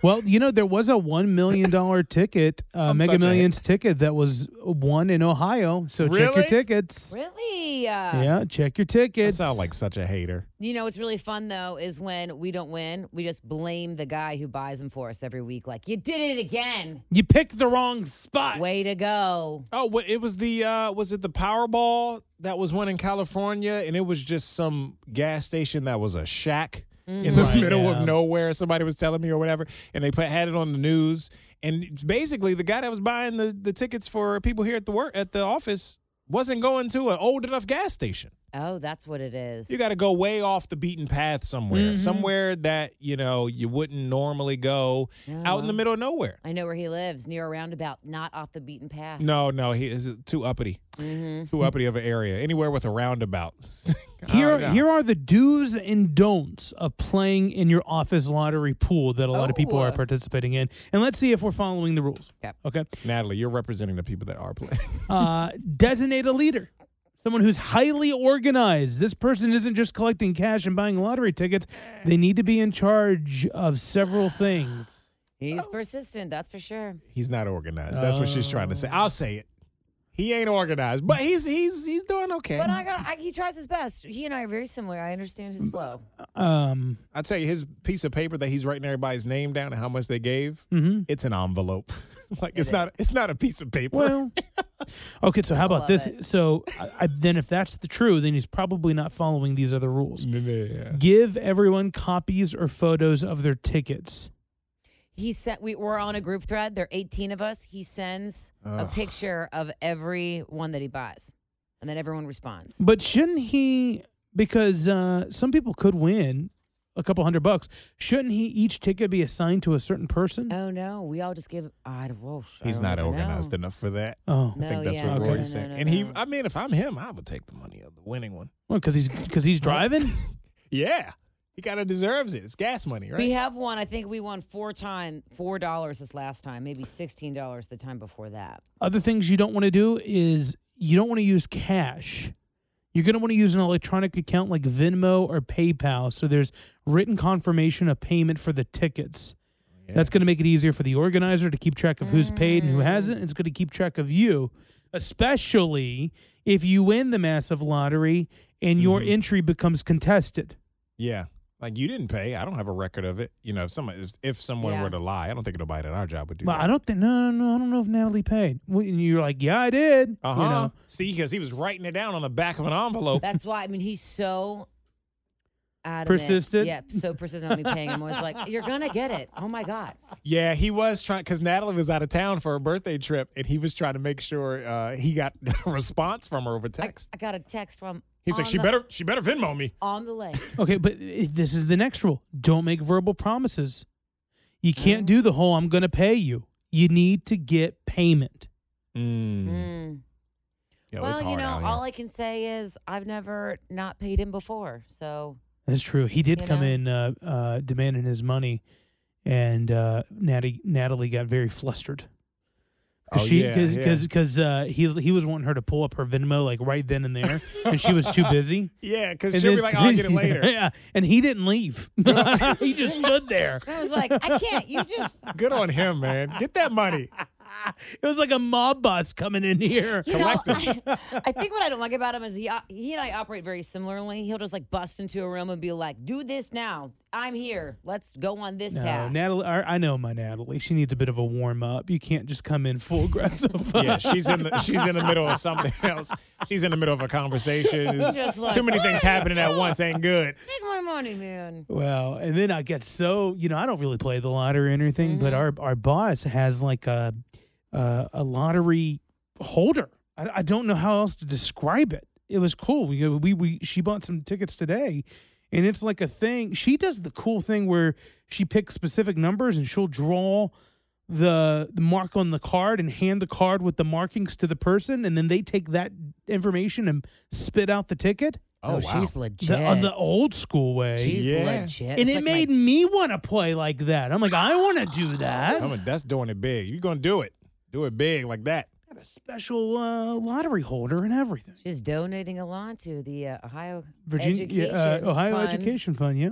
S5: Well, you know, there was a $1 million ticket, uh,
S3: I'm
S5: Mega
S3: such a-
S5: Millions ticket that was won in Ohio. So check your
S3: Really?
S5: tickets.
S4: Really? Uh,
S5: Yeah, check your tickets.
S3: I sound like such a hater.
S4: You know what's really fun though is when we don't win, we just blame the guy who buys them for us every week. Like you did it again.
S5: You picked the wrong spot.
S4: Way to go.
S3: Oh, what it was the uh was it the Powerball that was one in California and it was just some gas station that was a shack in the
S5: Mm-hmm. Right,
S3: middle
S5: yeah.
S3: of nowhere somebody was telling me or whatever and they put had it on the news and basically the guy that was buying the the tickets for people here at the work at the office wasn't going to an old enough gas station.
S4: Oh, that's what it is.
S3: You got to go way off the beaten path somewhere, somewhere that, you know, you wouldn't normally go out in the middle of nowhere.
S4: I know where he lives, near a roundabout, not off the beaten path.
S3: No, no, he is too uppity. Too uppity of an area. Anywhere with a roundabout.
S5: Here,
S3: Oh, no.
S5: here are the do's and don'ts of playing in your office lottery pool that a lot of people are participating in, and let's see if we're following the rules.
S4: Okay.
S5: Okay.
S3: Natalie, you're representing the people that are playing.
S5: Uh, designate a leader, someone who's highly organized. This person isn't just collecting cash and buying lottery tickets; they need to be in charge of several things.
S4: He's persistent, that's for sure.
S3: He's not organized. That's what she's trying to say. I'll say it. He ain't organized, but he's he's he's doing okay.
S4: But I got I, he tries his best. He and I are very similar. I understand his flow.
S5: Um, mm-hmm.
S3: I tell you, his piece of paper that he's writing everybody's name down and how much they gave, it's an envelope. like it's not it's not a piece of paper.
S5: Well, Okay, so how about
S3: love
S5: this? So I, I, then, if that's the true, then he's probably not following these other rules.
S3: Mm.
S5: Give everyone copies or photos of their tickets.
S4: He sent. We were on a group thread. There are 18 of us. He sends a
S5: Ugh.
S4: picture of every one that he buys, and then everyone responds.
S5: But shouldn't he? Because uh, some people could win a couple hundred bucks. Shouldn't he each ticket be assigned to a certain person?
S4: Oh no, we all just give. I whoa, I
S3: He's
S4: don't
S3: not
S4: even
S3: organized
S4: know.
S3: enough for that.
S5: Oh.
S3: I think
S4: No,
S3: that's
S4: Oh, yeah,
S3: what
S4: no,
S3: Rory
S4: no,
S3: said.
S4: no,
S3: and he, I mean, if I'm him, I would take the money of the winning one.
S5: Well, because he's because he's driving.
S3: Yeah, he kind of deserves it. It's gas money, right?
S4: We have won. I think we won four time four dollars this last time, maybe sixteen dollars the time before that.
S5: Other things you don't want to do is you don't want to use cash. You're going to want to use an electronic account like Venmo or PayPal. So there's written confirmation of payment for the tickets.
S3: Oh,
S5: That's going to make it easier for the organizer to keep track of who's paid
S4: Mm.
S5: and who hasn't. It's going to keep track of you, especially if you win the massive lottery and your
S3: Mm-hmm.
S5: entry becomes contested.
S3: Yeah. Like you didn't pay. I don't have a record of it. You know, if someone if, if someone
S5: Yeah.
S3: were to lie, I don't think nobody at our job would do
S5: Well,
S3: that.
S5: I don't think, no, no, no, I don't know if Natalie paid. Well, And you're like, yeah, I did.
S3: Uh
S5: You
S3: huh.
S5: know?
S3: See, 'cause See, because he was writing it down on the back of an envelope.
S4: That's why. I mean, he's so adamant.
S3: Persistent?
S4: Yeah, so persistent on me paying. I'm always like, you're gonna get it. Oh my god.
S3: yeah, he was trying because Natalie was out of town for her birthday trip, and he was trying to make sure uh, he got a response from her over text.
S4: I got a text from.
S3: He's like,
S4: on
S3: she
S4: the-
S3: better, she better Venmo me.
S4: on the lake.
S5: Okay, but i- this is the next rule. Don't make verbal promises. You
S4: Mm.
S5: can't do the whole I'm going to pay you. You need to get payment.
S4: Mm. well, you know, all I can say is I've never not paid him before. So
S5: That's true. He did
S4: You
S5: come
S4: know?
S5: in uh, uh, demanding his money, and uh, Natty, Natalie got very flustered. Cause
S3: Oh,
S5: she,
S3: yeah,
S5: cause,
S3: yeah.
S5: cause, 'cause, uh, he, he was wanting her to pull up her Venmo like right then and there, and she was too busy.
S3: Yeah, because
S5: And
S3: she'll be
S5: then-
S3: like, "Oh, I'll get it later.
S5: yeah, and he didn't leave. he just stood there.
S4: I was like, I can't. You just
S3: Good on him, man. Get that money.
S5: It was like a mob boss coming in here.
S4: You know, I, I think what I don't like about him is he uh, he and I operate very similarly. He'll just like bust into a room and be like, "Do this now. I'm here. Let's go on this
S5: No,
S4: path."
S5: Natalie. I I know my Natalie. She needs a bit of a warm up. You can't just come in full aggressive.
S3: yeah, she's in the she's in the middle of something else. She's in the middle of a conversation. There's
S4: Just like, "Oh,
S3: too many things happening at once. Ain't good.
S4: Take my money, man.
S5: Well, and then I get so you know I don't really play the lottery or anything, but our our boss has like a uh, a lottery holder. I, I don't know how else to describe it. It was cool. We, we we she bought some tickets today, and it's like a thing. She does the cool thing where she picks specific numbers and she'll draw the, the mark on the card and hand the card with the markings to the person, and then they take that information and spit out the ticket.
S4: Oh, Oh, wow. she's
S5: The-
S4: legit.
S5: the old school way.
S4: She's Yeah. legit.
S5: And
S4: It's
S5: it
S4: like my-
S5: made me want to play like that. I'm like, I want to do that.
S3: I'm like, that's doing it big. You're gonna do it. Do it big like that.
S5: Special uh, lottery holder and everything.
S4: She's donating a lot to the uh, Ohio
S5: Virginia,
S4: Education
S5: yeah, uh, Ohio
S4: Fund.
S5: Education Fund, yeah.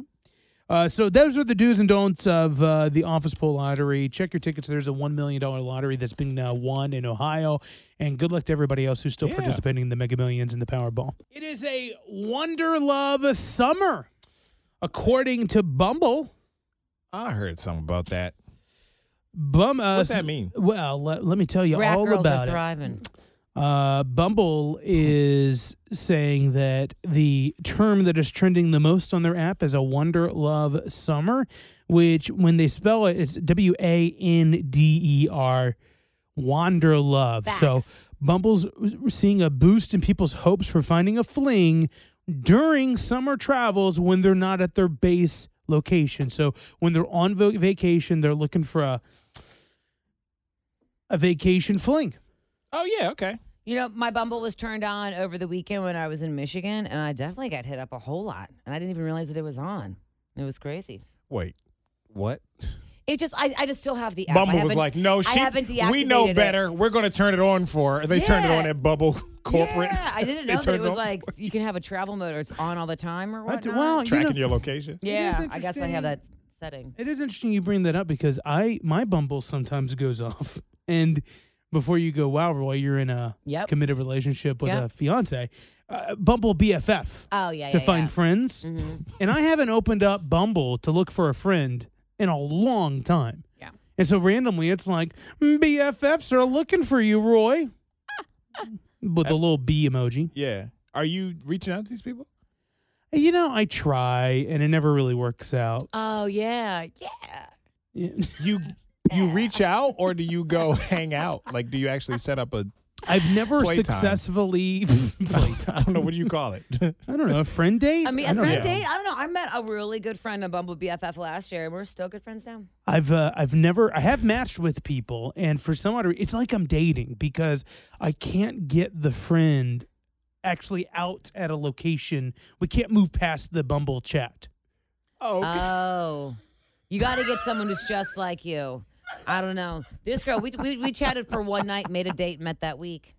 S5: Uh, so those are the do's and don'ts of uh, the office pool lottery. Check your tickets. There's a one million dollar lottery that's been uh, won in Ohio, and good luck to everybody else who's still participating in the Mega Millions and the Powerball. It is a wonder love summer, according to Bumble.
S3: I heard something about that.
S5: Bum. Uh,
S3: What's that
S5: s-
S3: mean?
S5: Well, let, let me tell you
S4: Rat
S5: all
S4: girls
S5: about
S4: are
S5: it.
S4: thriving.
S5: Uh, Bumble is saying that the term that is trending the most on their app is a Wonder Love Summer, which when they spell it, it's W A N D E R, Wander Love. So Bumble's seeing a boost in people's hopes for finding a fling during summer travels when they're not at their base location. So when they're on va- vacation, they're looking for a a vacation fling.
S3: Oh yeah, okay.
S4: You know, my Bumble was turned on over the weekend when I was in Michigan, and I definitely got hit up a whole lot, and I didn't even realize that it was on. It was crazy.
S3: Wait, what?
S4: It just, I, I just still have the app. I
S3: Bumble was
S4: haven't-
S3: like, no, she.
S4: I haven't
S3: we
S4: deactivated
S3: know
S4: it.
S3: better. We're gonna turn it on for. her. They turned it
S4: Yeah.
S3: on at Bubble Corporate.
S4: Yeah, I didn't
S3: They
S4: know that
S3: turned
S4: it was
S3: on-
S4: like you can have a travel mode or it's on all the time or
S5: That's-
S4: whatnot.
S5: well, you
S3: tracking
S5: know-
S3: your location.
S4: yeah,
S5: is
S4: I guess I have that
S5: interesting.
S4: setting.
S5: It is interesting you bring that up because I my Bumble sometimes goes off, and before you go, wow, Roy, you're in a
S4: Yep.
S5: committed relationship with
S4: Yep.
S5: a fiance. Uh, Bumble BFF.
S4: Oh, yeah,
S5: to
S4: yeah, yeah.
S5: find
S4: Mm-hmm.
S5: friends, and I haven't opened up Bumble to look for a friend in a long time. Yeah, And so randomly, it's like "Mm, BFFs are looking for you, Roy, with a little B emoji.
S3: Yeah. Are you reaching out to these people?
S5: And, You know, I try, and it never really works out.
S4: Oh yeah, yeah.
S3: You you reach out or do you go hang out? Like, do you actually set up a?
S5: I've never
S3: Playtime.
S5: successfully.
S3: I don't know what do you call it.
S5: I don't know a friend date.
S4: I mean, a
S5: don't
S4: friend
S5: know.
S4: date. I don't know. I met a really good friend on Bumble BFF last year, and we're still good friends now.
S5: I've uh, I've never I have matched with people, and for some odd reason, it's like I'm dating because I can't get the friend actually out at a location. We can't move past the Bumble chat.
S3: Oh.
S4: Oh. You got to get someone who's just like you. I don't know. This girl, we, we, we chatted for one night, made a date, met that week.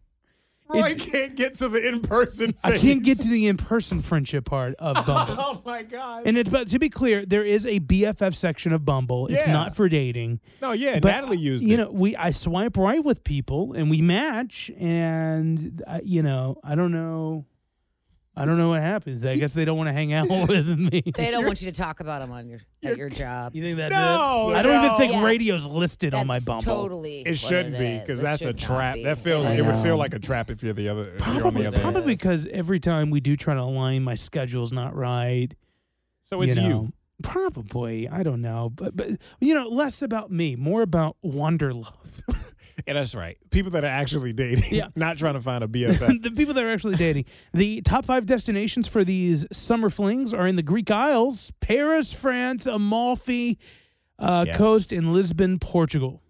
S3: Roy can't get to the in person.
S5: I can't get to the in-person friendship part of Bumble.
S3: Oh my god.
S5: And it's but to be clear, there is a BFF section of Bumble. It's
S3: Yeah.
S5: not for dating.
S3: No, yeah,
S5: But,
S3: Natalie used
S5: You
S3: it.
S5: know, we I swipe right with people and we match, and I, you know, I don't know, I don't know what happens. I guess they don't want to hang out with me.
S4: They don't want you to talk about them on your at your job.
S5: You think that's
S4: No,
S5: it? I don't even
S4: no.
S5: think
S4: Yeah.
S5: radio's listed on my
S4: That's
S5: Bumble.
S4: totally
S3: It shouldn't be because that's a trap. That feels
S5: I
S3: it would
S5: know.
S3: feel like a trap if you're the other. If you're on
S5: Probably,
S3: the other.
S5: probably because every time we do try to align, my schedule's not right.
S3: So it's you.
S5: know. Probably, I don't know, but but you know, less about me, more about wanderlove.
S3: Yeah, that's right. People that are actually dating, not trying to find a BFF.
S5: the people that are actually dating. The top five destinations for these summer flings are in the Greek Isles, Paris, France, Amalfi uh,
S3: Yes.
S5: coast, and Lisbon, Portugal.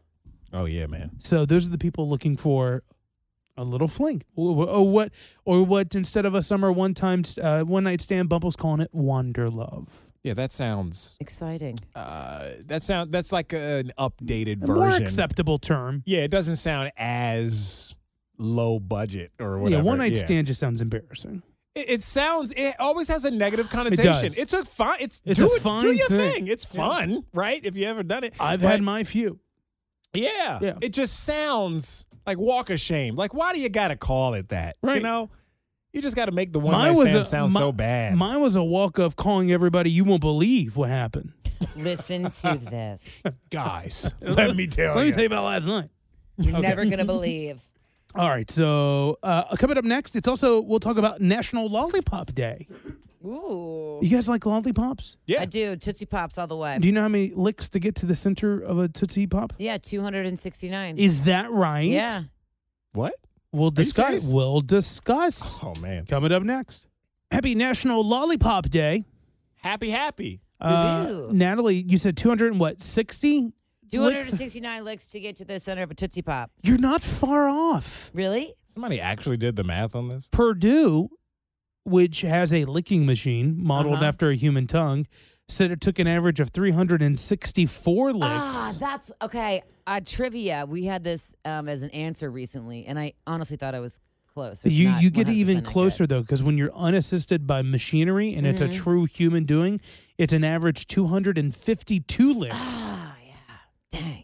S3: oh yeah, man.
S5: So those are the people looking for a little fling, or, or what, or what instead of a summer one time uh, one night stand, Bumble's calling it wander love.
S3: Yeah, that sounds
S4: exciting.
S3: Uh, that sound that's like an updated
S5: A
S3: version.
S5: more acceptable term.
S3: Yeah, it doesn't sound as low budget or whatever.
S5: yeah, one night
S3: yeah.
S5: stand just sounds embarrassing.
S3: It, it sounds. It always has a negative connotation.
S5: does.
S3: It's a fun. It's,
S5: It's
S3: do,
S5: a
S3: it-
S5: fun
S3: do your
S5: thing.
S3: thing. It's
S5: Yeah.
S3: fun, right? If you ever done it,
S5: I've
S3: But-
S5: had my few.
S3: Yeah.
S5: Yeah.
S3: It just sounds like walk of shame. Like, why do you got to call it that? You
S5: Right.
S3: know, you just got to make the one night stand sound
S5: mi-
S3: so bad.
S5: Mine was a walk of calling everybody. You won't believe what happened.
S4: Listen to this.
S3: Guys, let me tell
S5: Let
S3: you.
S5: me tell you about last night.
S4: You're
S5: Okay.
S4: never going to believe.
S5: All right, so uh, coming up next, it's also we'll talk about National Lollipop Day.
S4: Ooh.
S5: You guys like lollipops?
S3: Yeah.
S4: I do. Tootsie Pops all the way.
S5: Do you know how many licks to get to the center of a tootsie pop?
S4: Yeah, 269.
S5: Is that right?
S4: Yeah.
S3: What?
S5: We'll
S3: you serious?
S5: discuss. We'll discuss.
S3: Oh, man.
S5: Coming up next. Happy National Lollipop Day.
S3: Happy, happy.
S5: Uh, Natalie, you said 200 and what? 60?
S4: 269 licks to get to the center of a Tootsie Pop.
S5: You're not far off.
S4: Really?
S3: Somebody actually did the math on this.
S5: Purdue, which has a licking machine modeled
S4: Uh-huh.
S5: after a human tongue, said it took an average of 364 licks.
S4: Ah, that's okay. Uh, trivia. We had this um, as an answer recently, and I honestly thought I was close. if
S5: you
S4: not
S5: you get
S4: 100%
S5: even
S4: accurate.
S5: closer though, because when you're unassisted by machinery and it's a
S4: Mhm.
S5: true human doing, it's an average 252 licks.
S4: Ah, yeah. Dang.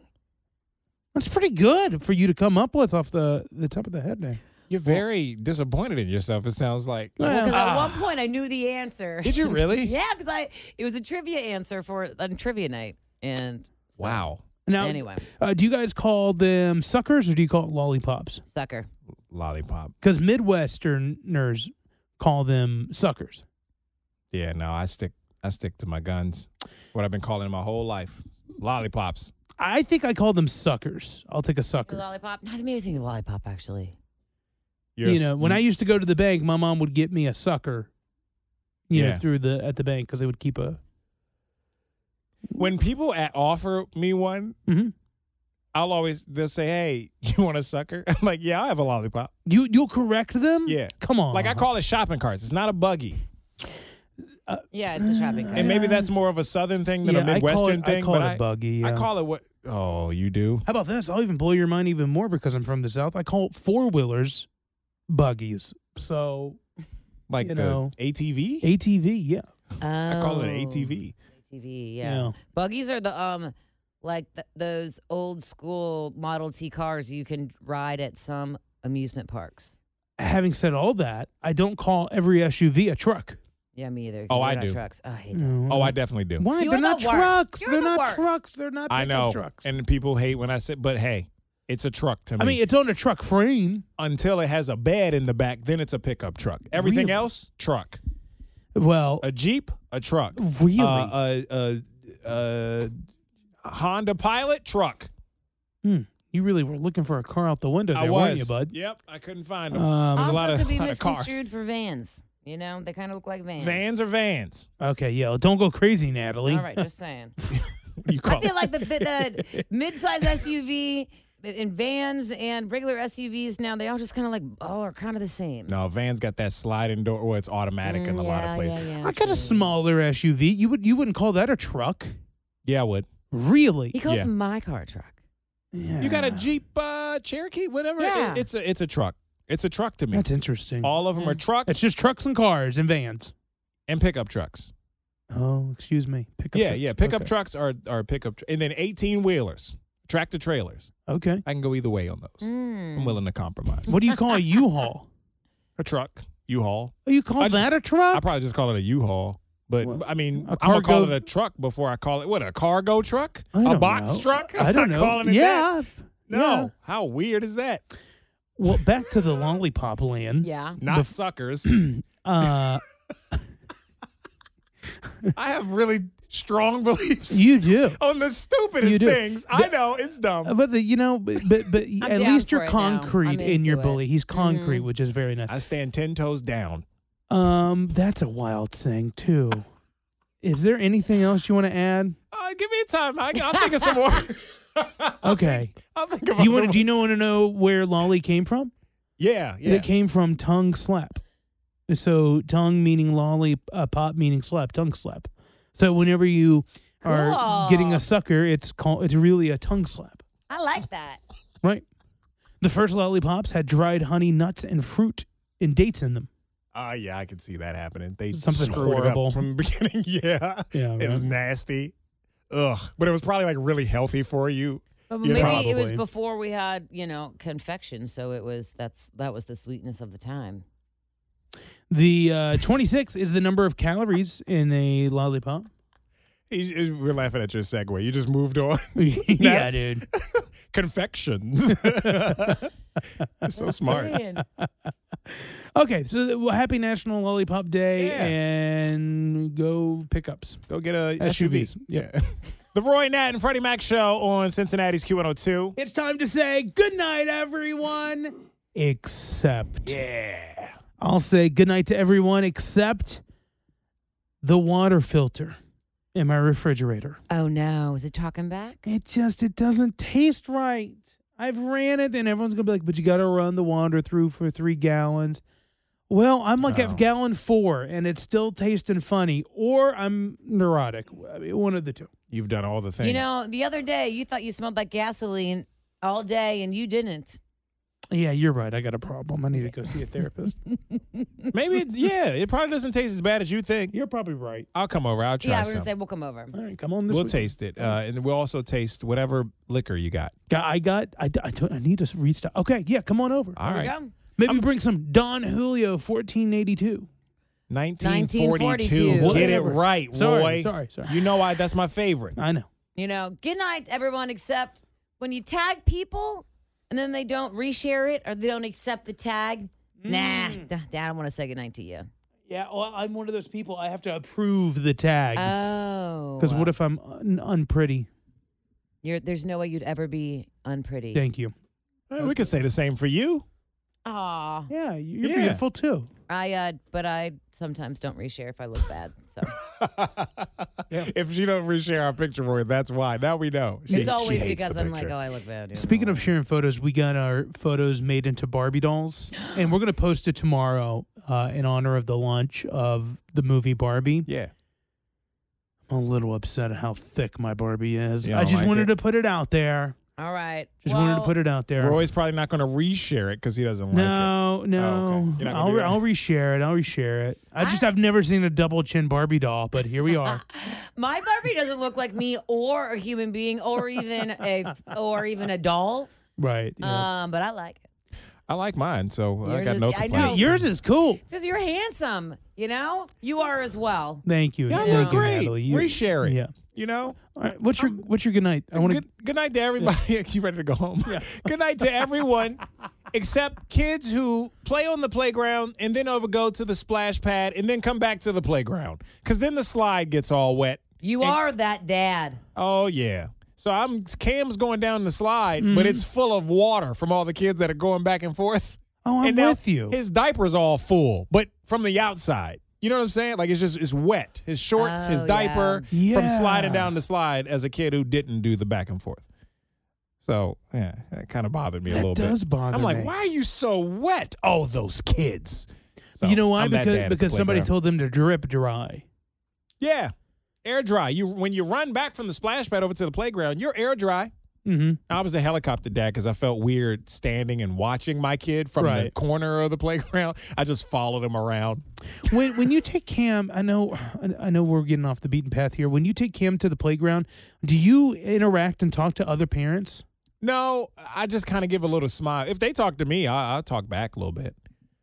S5: That's pretty good for you to come up with off the, the top of the head there.
S3: You're very disappointed in yourself, it sounds like.
S4: Because at
S3: Ah.
S4: one point I knew the answer.
S3: Did you really?
S4: yeah, because I it was a trivia answer for on trivia night, and
S3: wow.
S5: Now,
S4: Anyway.
S5: uh, do you guys call them suckers or do you call it lollipops?
S4: sucker.
S3: Lollipop.
S5: Because Midwesterners call them suckers.
S3: Yeah, no, I stick I stick to my guns. What I've been calling my whole life. Lollipops.
S5: I think I call them suckers. I'll take a sucker.
S4: Lollipop. No, they made me think of lollipop actually.
S5: You know,
S3: Mm.
S5: when I used to go to the bank, my mom would get me a sucker. You
S3: Yeah.
S5: know, through the at the bank because they would keep a.
S3: when people at offer me one,
S4: Mm-hmm.
S5: Mhm.
S3: I'll always they'll say, "Hey, you want a sucker?" I'm like, "Yeah, I have a lollipop."
S5: You you'll correct them.
S3: Yeah,
S5: Mm, Come on.
S3: like I call it shopping carts. It's not a buggy,
S4: Yeah, it's a shopping cart.
S3: and maybe that's more of a southern thing than
S5: Yeah,
S3: a
S5: I call
S3: midwestern
S5: it- I
S3: thing.
S5: call
S3: but
S5: it a buggy,
S3: I
S5: yeah.
S3: call it what? Oh, you do?
S5: How about this? I'll even blow your mind even more because I'm from the south. I call four wheelers buggies. So
S3: Like
S5: You
S3: the
S5: know.
S3: ATV?
S5: ATV, yeah.
S3: I call it an
S4: Oh.
S3: ATV.
S4: ATV, yeah.
S5: Yeah.
S4: Buggies are the um like th- those old school Model T cars you can ride at some amusement parks.
S5: Having said all that, I don't call every SUV a truck.
S4: Yeah, me either. 'cause
S3: Oh,
S4: they're
S3: I
S4: not
S3: do.
S4: Trucks. Oh, I hate
S3: Oh, I definitely do.
S5: Why?
S4: You
S5: They're
S4: are
S5: not
S4: the worst.
S5: trucks.
S4: You're
S5: They're
S4: the
S5: not
S4: worst.
S5: trucks. They're not
S3: I
S5: pickup
S3: know.
S5: trucks.
S3: And people hate when I say, but hey, it's a truck to me.
S5: I mean, it's on a truck frame.
S3: until it has a bed in the back, then it's a pickup truck. Everything
S5: Really?
S3: else, truck.
S5: Well,
S3: a jeep, a truck.
S5: Really?
S3: Uh, a, a, a Honda Pilot truck.
S5: Hmm. You really were looking for a car out the window there,
S3: I
S5: weren't
S3: was.
S5: you, bud?
S3: Yep, I couldn't find them.
S5: Um, Also
S3: a lot of,
S4: could be
S3: lot of cars.
S4: misconstrued for vans. You know, they kind of look like vans.
S3: Vans or vans?
S5: Okay, yeah. Don't go crazy, Natalie.
S4: All right, just saying.
S3: What do you
S4: I
S3: call
S4: feel
S3: it?
S4: like the, the, the mid-size SUV and vans and regular SUVs now they all just kind of like oh are kind of the same.
S3: No, vans got that sliding door. Well, it's automatic
S4: Mm,
S3: in a lot of places. Yeah,
S5: I got a smaller SUV. You would you wouldn't call that a truck?
S3: I would.
S5: Really?
S4: He calls my car a truck.
S3: You got a Jeep uh, Cherokee, whatever.
S4: Yeah.
S3: It- it's a it's a truck. It's a truck to me.
S5: That's interesting.
S3: All of them
S4: Mm.
S3: are trucks
S5: It's just trucks and cars and vans.
S3: and pickup trucks.
S5: Oh, excuse me. Pickup
S3: yeah,
S5: trucks.
S3: yeah. Pickup
S5: Okay.
S3: trucks are are pickup, tr- and then eighteen wheelers, tractor trailers.
S5: Okay.
S3: I can go either way on those. I'm willing to compromise.
S5: What do you call a U-Haul?
S3: A truck, U-Haul.
S5: Oh, you call
S3: I just-
S5: that a truck?
S3: I probably just call it a U-Haul. But I mean,
S5: a
S3: I'm gonna call it
S5: cargo-
S3: a truck before I call it what a cargo truck,
S5: I
S3: a
S5: don't
S3: box
S5: know.
S3: truck.
S5: I
S3: I'm
S5: don't
S3: not
S5: know.
S3: calling it
S5: yeah.
S3: that. No, how weird is that?
S5: Well, back to the lollipop land.
S4: Yeah.
S3: Not
S5: Bef-
S3: suckers.
S5: Uh,
S3: I have really strong beliefs
S5: you do.
S3: on the stupidest
S5: You do.
S3: things. I
S5: The-
S3: know it's dumb.
S5: Uh, But the, you know, but but, but
S4: I'm
S5: at
S4: down
S5: least
S4: for
S5: you're
S4: it now.
S5: concrete
S4: I'm
S5: in your
S4: into it.
S5: belief. He's concrete,
S4: Mhm.
S5: which is very nice.
S3: I stand ten toes down.
S5: Um, that's a wild saying too. Is there anything else you want to add?
S3: Uh, give me a time. I, I'll think of some more.
S5: Okay.
S3: I'll think of
S5: Do you
S3: other
S5: want? Do you know
S3: ones.
S5: want to know where lolly came from?
S3: Yeah, yeah.
S5: It came from tongue slap. So tongue meaning lolly, uh, pop meaning slap, tongue slap. So whenever you are getting
S4: Cool.
S5: a sucker, it's called. It's really a tongue slap,
S4: I like that.
S5: right? The first lollipops had dried honey, nuts, and fruit and dates in them.
S3: Ah, yeah, I could see that happening. They
S5: Something
S3: screwed it
S5: horrible.
S3: up from the beginning. yeah,
S5: Yeah,
S3: it
S5: right.
S3: was nasty. Ugh, but it was probably like really healthy for you.
S4: But
S3: you
S4: maybe it was
S5: Probably.
S4: before we had you know confection, so it was that's that was the sweetness of the time.
S5: The uh, 26 is the number of calories in a lollipop.
S3: You- you- We're laughing at your segue. You just moved on.
S5: yeah, dude.
S3: Confections. You're so smart.
S5: Okay, so well, happy National Lollipop Day
S3: Yeah.
S5: and go pickups.
S3: Go get a
S5: SUVs.
S3: SUV.
S5: Yep.
S3: The Roy Nat and Freddie Mac show on Cincinnati's Q102.
S5: It's time to say goodnight, everyone, except.
S3: Yeah.
S5: I'll say goodnight to everyone except the water filter in my refrigerator.
S4: Oh no, is it talking back?
S5: It just it doesn't taste right. I've ran it, and everyone's gonna be like, "But you gotta run the water through for three gallons." Well, I'm like
S3: No.
S5: at gallon four, and it's still tasting funny, or I'm neurotic. I mean, one of the two.
S3: You've done all the things.
S4: You know, the other day you thought you smelled like gasoline all day, and you didn't.
S5: Yeah, you're right. I got a problem. I need to go see a therapist.
S3: Maybe, it- yeah, it probably doesn't taste as bad as you think.
S5: you're probably right.
S3: I'll come over. I'll try
S4: yeah, I was
S3: some.
S4: gonna say Mm-hmm. we'll come over.
S5: All right, come on. This
S3: we'll
S5: week.
S3: taste it. Uh, and we'll also taste whatever liquor you got.
S5: Got- I got. I, d- I don't. I need to restock. Okay, yeah, come on over.
S3: All
S4: Here
S3: right.
S4: we go.
S5: Maybe bring some Don Julio 1482.
S3: 1942.
S4: 1942.
S3: Get it
S5: Whatever.
S3: right,
S5: Sorry,
S3: Roy.
S5: sorry, sorry.
S3: You know why? That's my favorite.
S5: I know.
S4: You know, good night, everyone, except when you tag people and then they don't reshare it or they don't accept the tag. Nah, d- d- I don't want to say good night to you.
S5: Yeah, well, I'm one of those people. I have to approve the tags.
S4: Oh.
S5: Because what if I'm un- unpretty?
S4: You're, there's no way you'd ever be unpretty.
S5: Thank you.
S3: Eh, We could say the same for you.
S4: Aw.
S5: Yeah, you're
S3: Yeah.
S5: beautiful too.
S4: I, uh, but I sometimes don't reshare if I look bad. So
S3: If she don't reshare our picture, Roy, that's why. Now we know. She-
S4: it's
S3: she
S4: always
S3: hates
S4: because
S3: the
S4: I'm like,
S3: picture.
S4: oh, I look bad. you
S5: Speaking
S4: know.
S5: of sharing photos, we got our photos made into Barbie dolls, and we're gonna post it tomorrow uh, in honor of the launch of the movie
S4: oh.
S5: Barbie.
S3: Yeah.
S5: I'm a little upset at how thick my Barbie is.
S3: You don't
S5: I just
S3: like
S5: wanted
S3: it?
S5: to put it out there.
S4: All right.
S5: Just wanted to put it out there.
S3: Roy's probably not going to reshare it because he doesn't like
S5: no,
S3: Oh, okay.
S5: no.
S3: You're not gonna
S5: I'll,
S3: do that?
S5: I'll reshare it. I'll reshare it. I just I've never seen a double chin Barbie doll, but here we are.
S4: My Barbie doesn't look like me or a human being or even a or even a doll.
S5: right. yeah.
S4: Um, but I like it.
S3: it. I like mine, so I
S4: Yours
S3: got
S4: is-
S3: no
S4: I
S3: complaints.
S4: know. Yours
S5: is cool.
S4: Says you're handsome, you know? You are as well.
S5: Thank you.
S4: Yeah, I
S5: Thank
S4: look
S5: you,
S4: great.
S5: Natalie. You,
S3: Reshare it.
S5: Yeah.
S3: You know?
S5: All right. What's your What's your good night? I want to.
S3: good, good night to everybody. you ready to go home? good night to everyone except kids who play on the playground and then overgo to the splash pad and then come back to the playground because then the slide gets all wet.
S4: You are that dad.
S3: Oh yeah. So I'm Cam's going down the slide, but it's full of water from all the kids that are going back and forth.
S5: Oh, I'm
S3: and now
S5: with you.
S3: His diaper's all full, but from the outside. You know what I'm saying? Like it's just it's wet. His shorts, his
S4: Oh,
S3: diaper
S5: yeah.
S3: from
S5: Yeah.
S3: sliding down the slide as a kid who didn't do the back and forth. So yeah, that kind of bothered me a
S5: That
S3: little bit.
S5: does bother
S3: I'm like,
S5: me.
S3: why are you so wet? Oh, those kids. So,
S5: you know why?
S3: I'm that dad
S5: because
S3: at the
S5: because somebody
S3: playground.
S5: told them to drip dry.
S3: Yeah. Air dry. You when you run back from the splash pad over to the playground, you're air dry.
S5: Mm-hmm.
S3: I was a helicopter dad because I felt weird standing and watching my kid from the
S5: Right.
S3: corner of the playground. I just followed him around.
S5: when when you take Cam, I know I know we're getting off the beaten path here. When you take Cam to the playground, do you interact and talk to other parents?
S3: No, I just kind of give a little smile. If they talk to me, I, I'll talk back a little bit.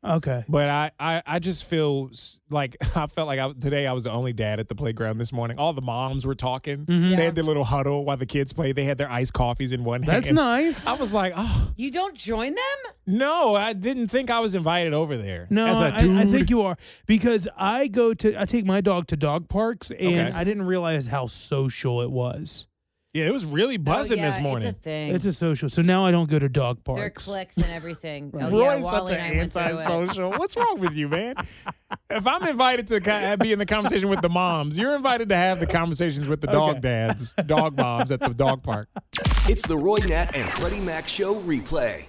S5: Okay.
S3: But I, I, I just feel s- like I felt like I, today I was the only dad at the playground this morning. All the moms were talking.
S5: Mm-hmm.
S3: They had their little huddle while the kids played. They had their iced coffees in one
S5: That's
S3: hand.
S5: nice.
S3: I was like, oh,
S4: You don't join them?
S3: no, I didn't think I was invited over there.
S5: No,
S3: as
S5: I
S3: a dude.
S5: I think you are because I go to I take my dog to dog parks and
S3: Okay.
S5: I didn't realize how social it was.
S3: yeah, it was really
S5: Oh,
S3: buzzing
S4: Oh, yeah,
S3: this morning.
S4: It's a thing.
S5: It's a social. So now I don't go to dog
S4: There are
S5: parks.
S4: clicks and everything. Oh,
S3: Roy's
S4: yeah,
S3: such
S4: Wally
S3: an
S4: and I went through it.
S3: antisocial. What's wrong with you, man? If I'm invited to co- be in the conversation with the moms, you're invited to have the conversations with the dog dads, dog moms at the dog park.
S1: It's the Roy Nat and Freddie Mac Show replay.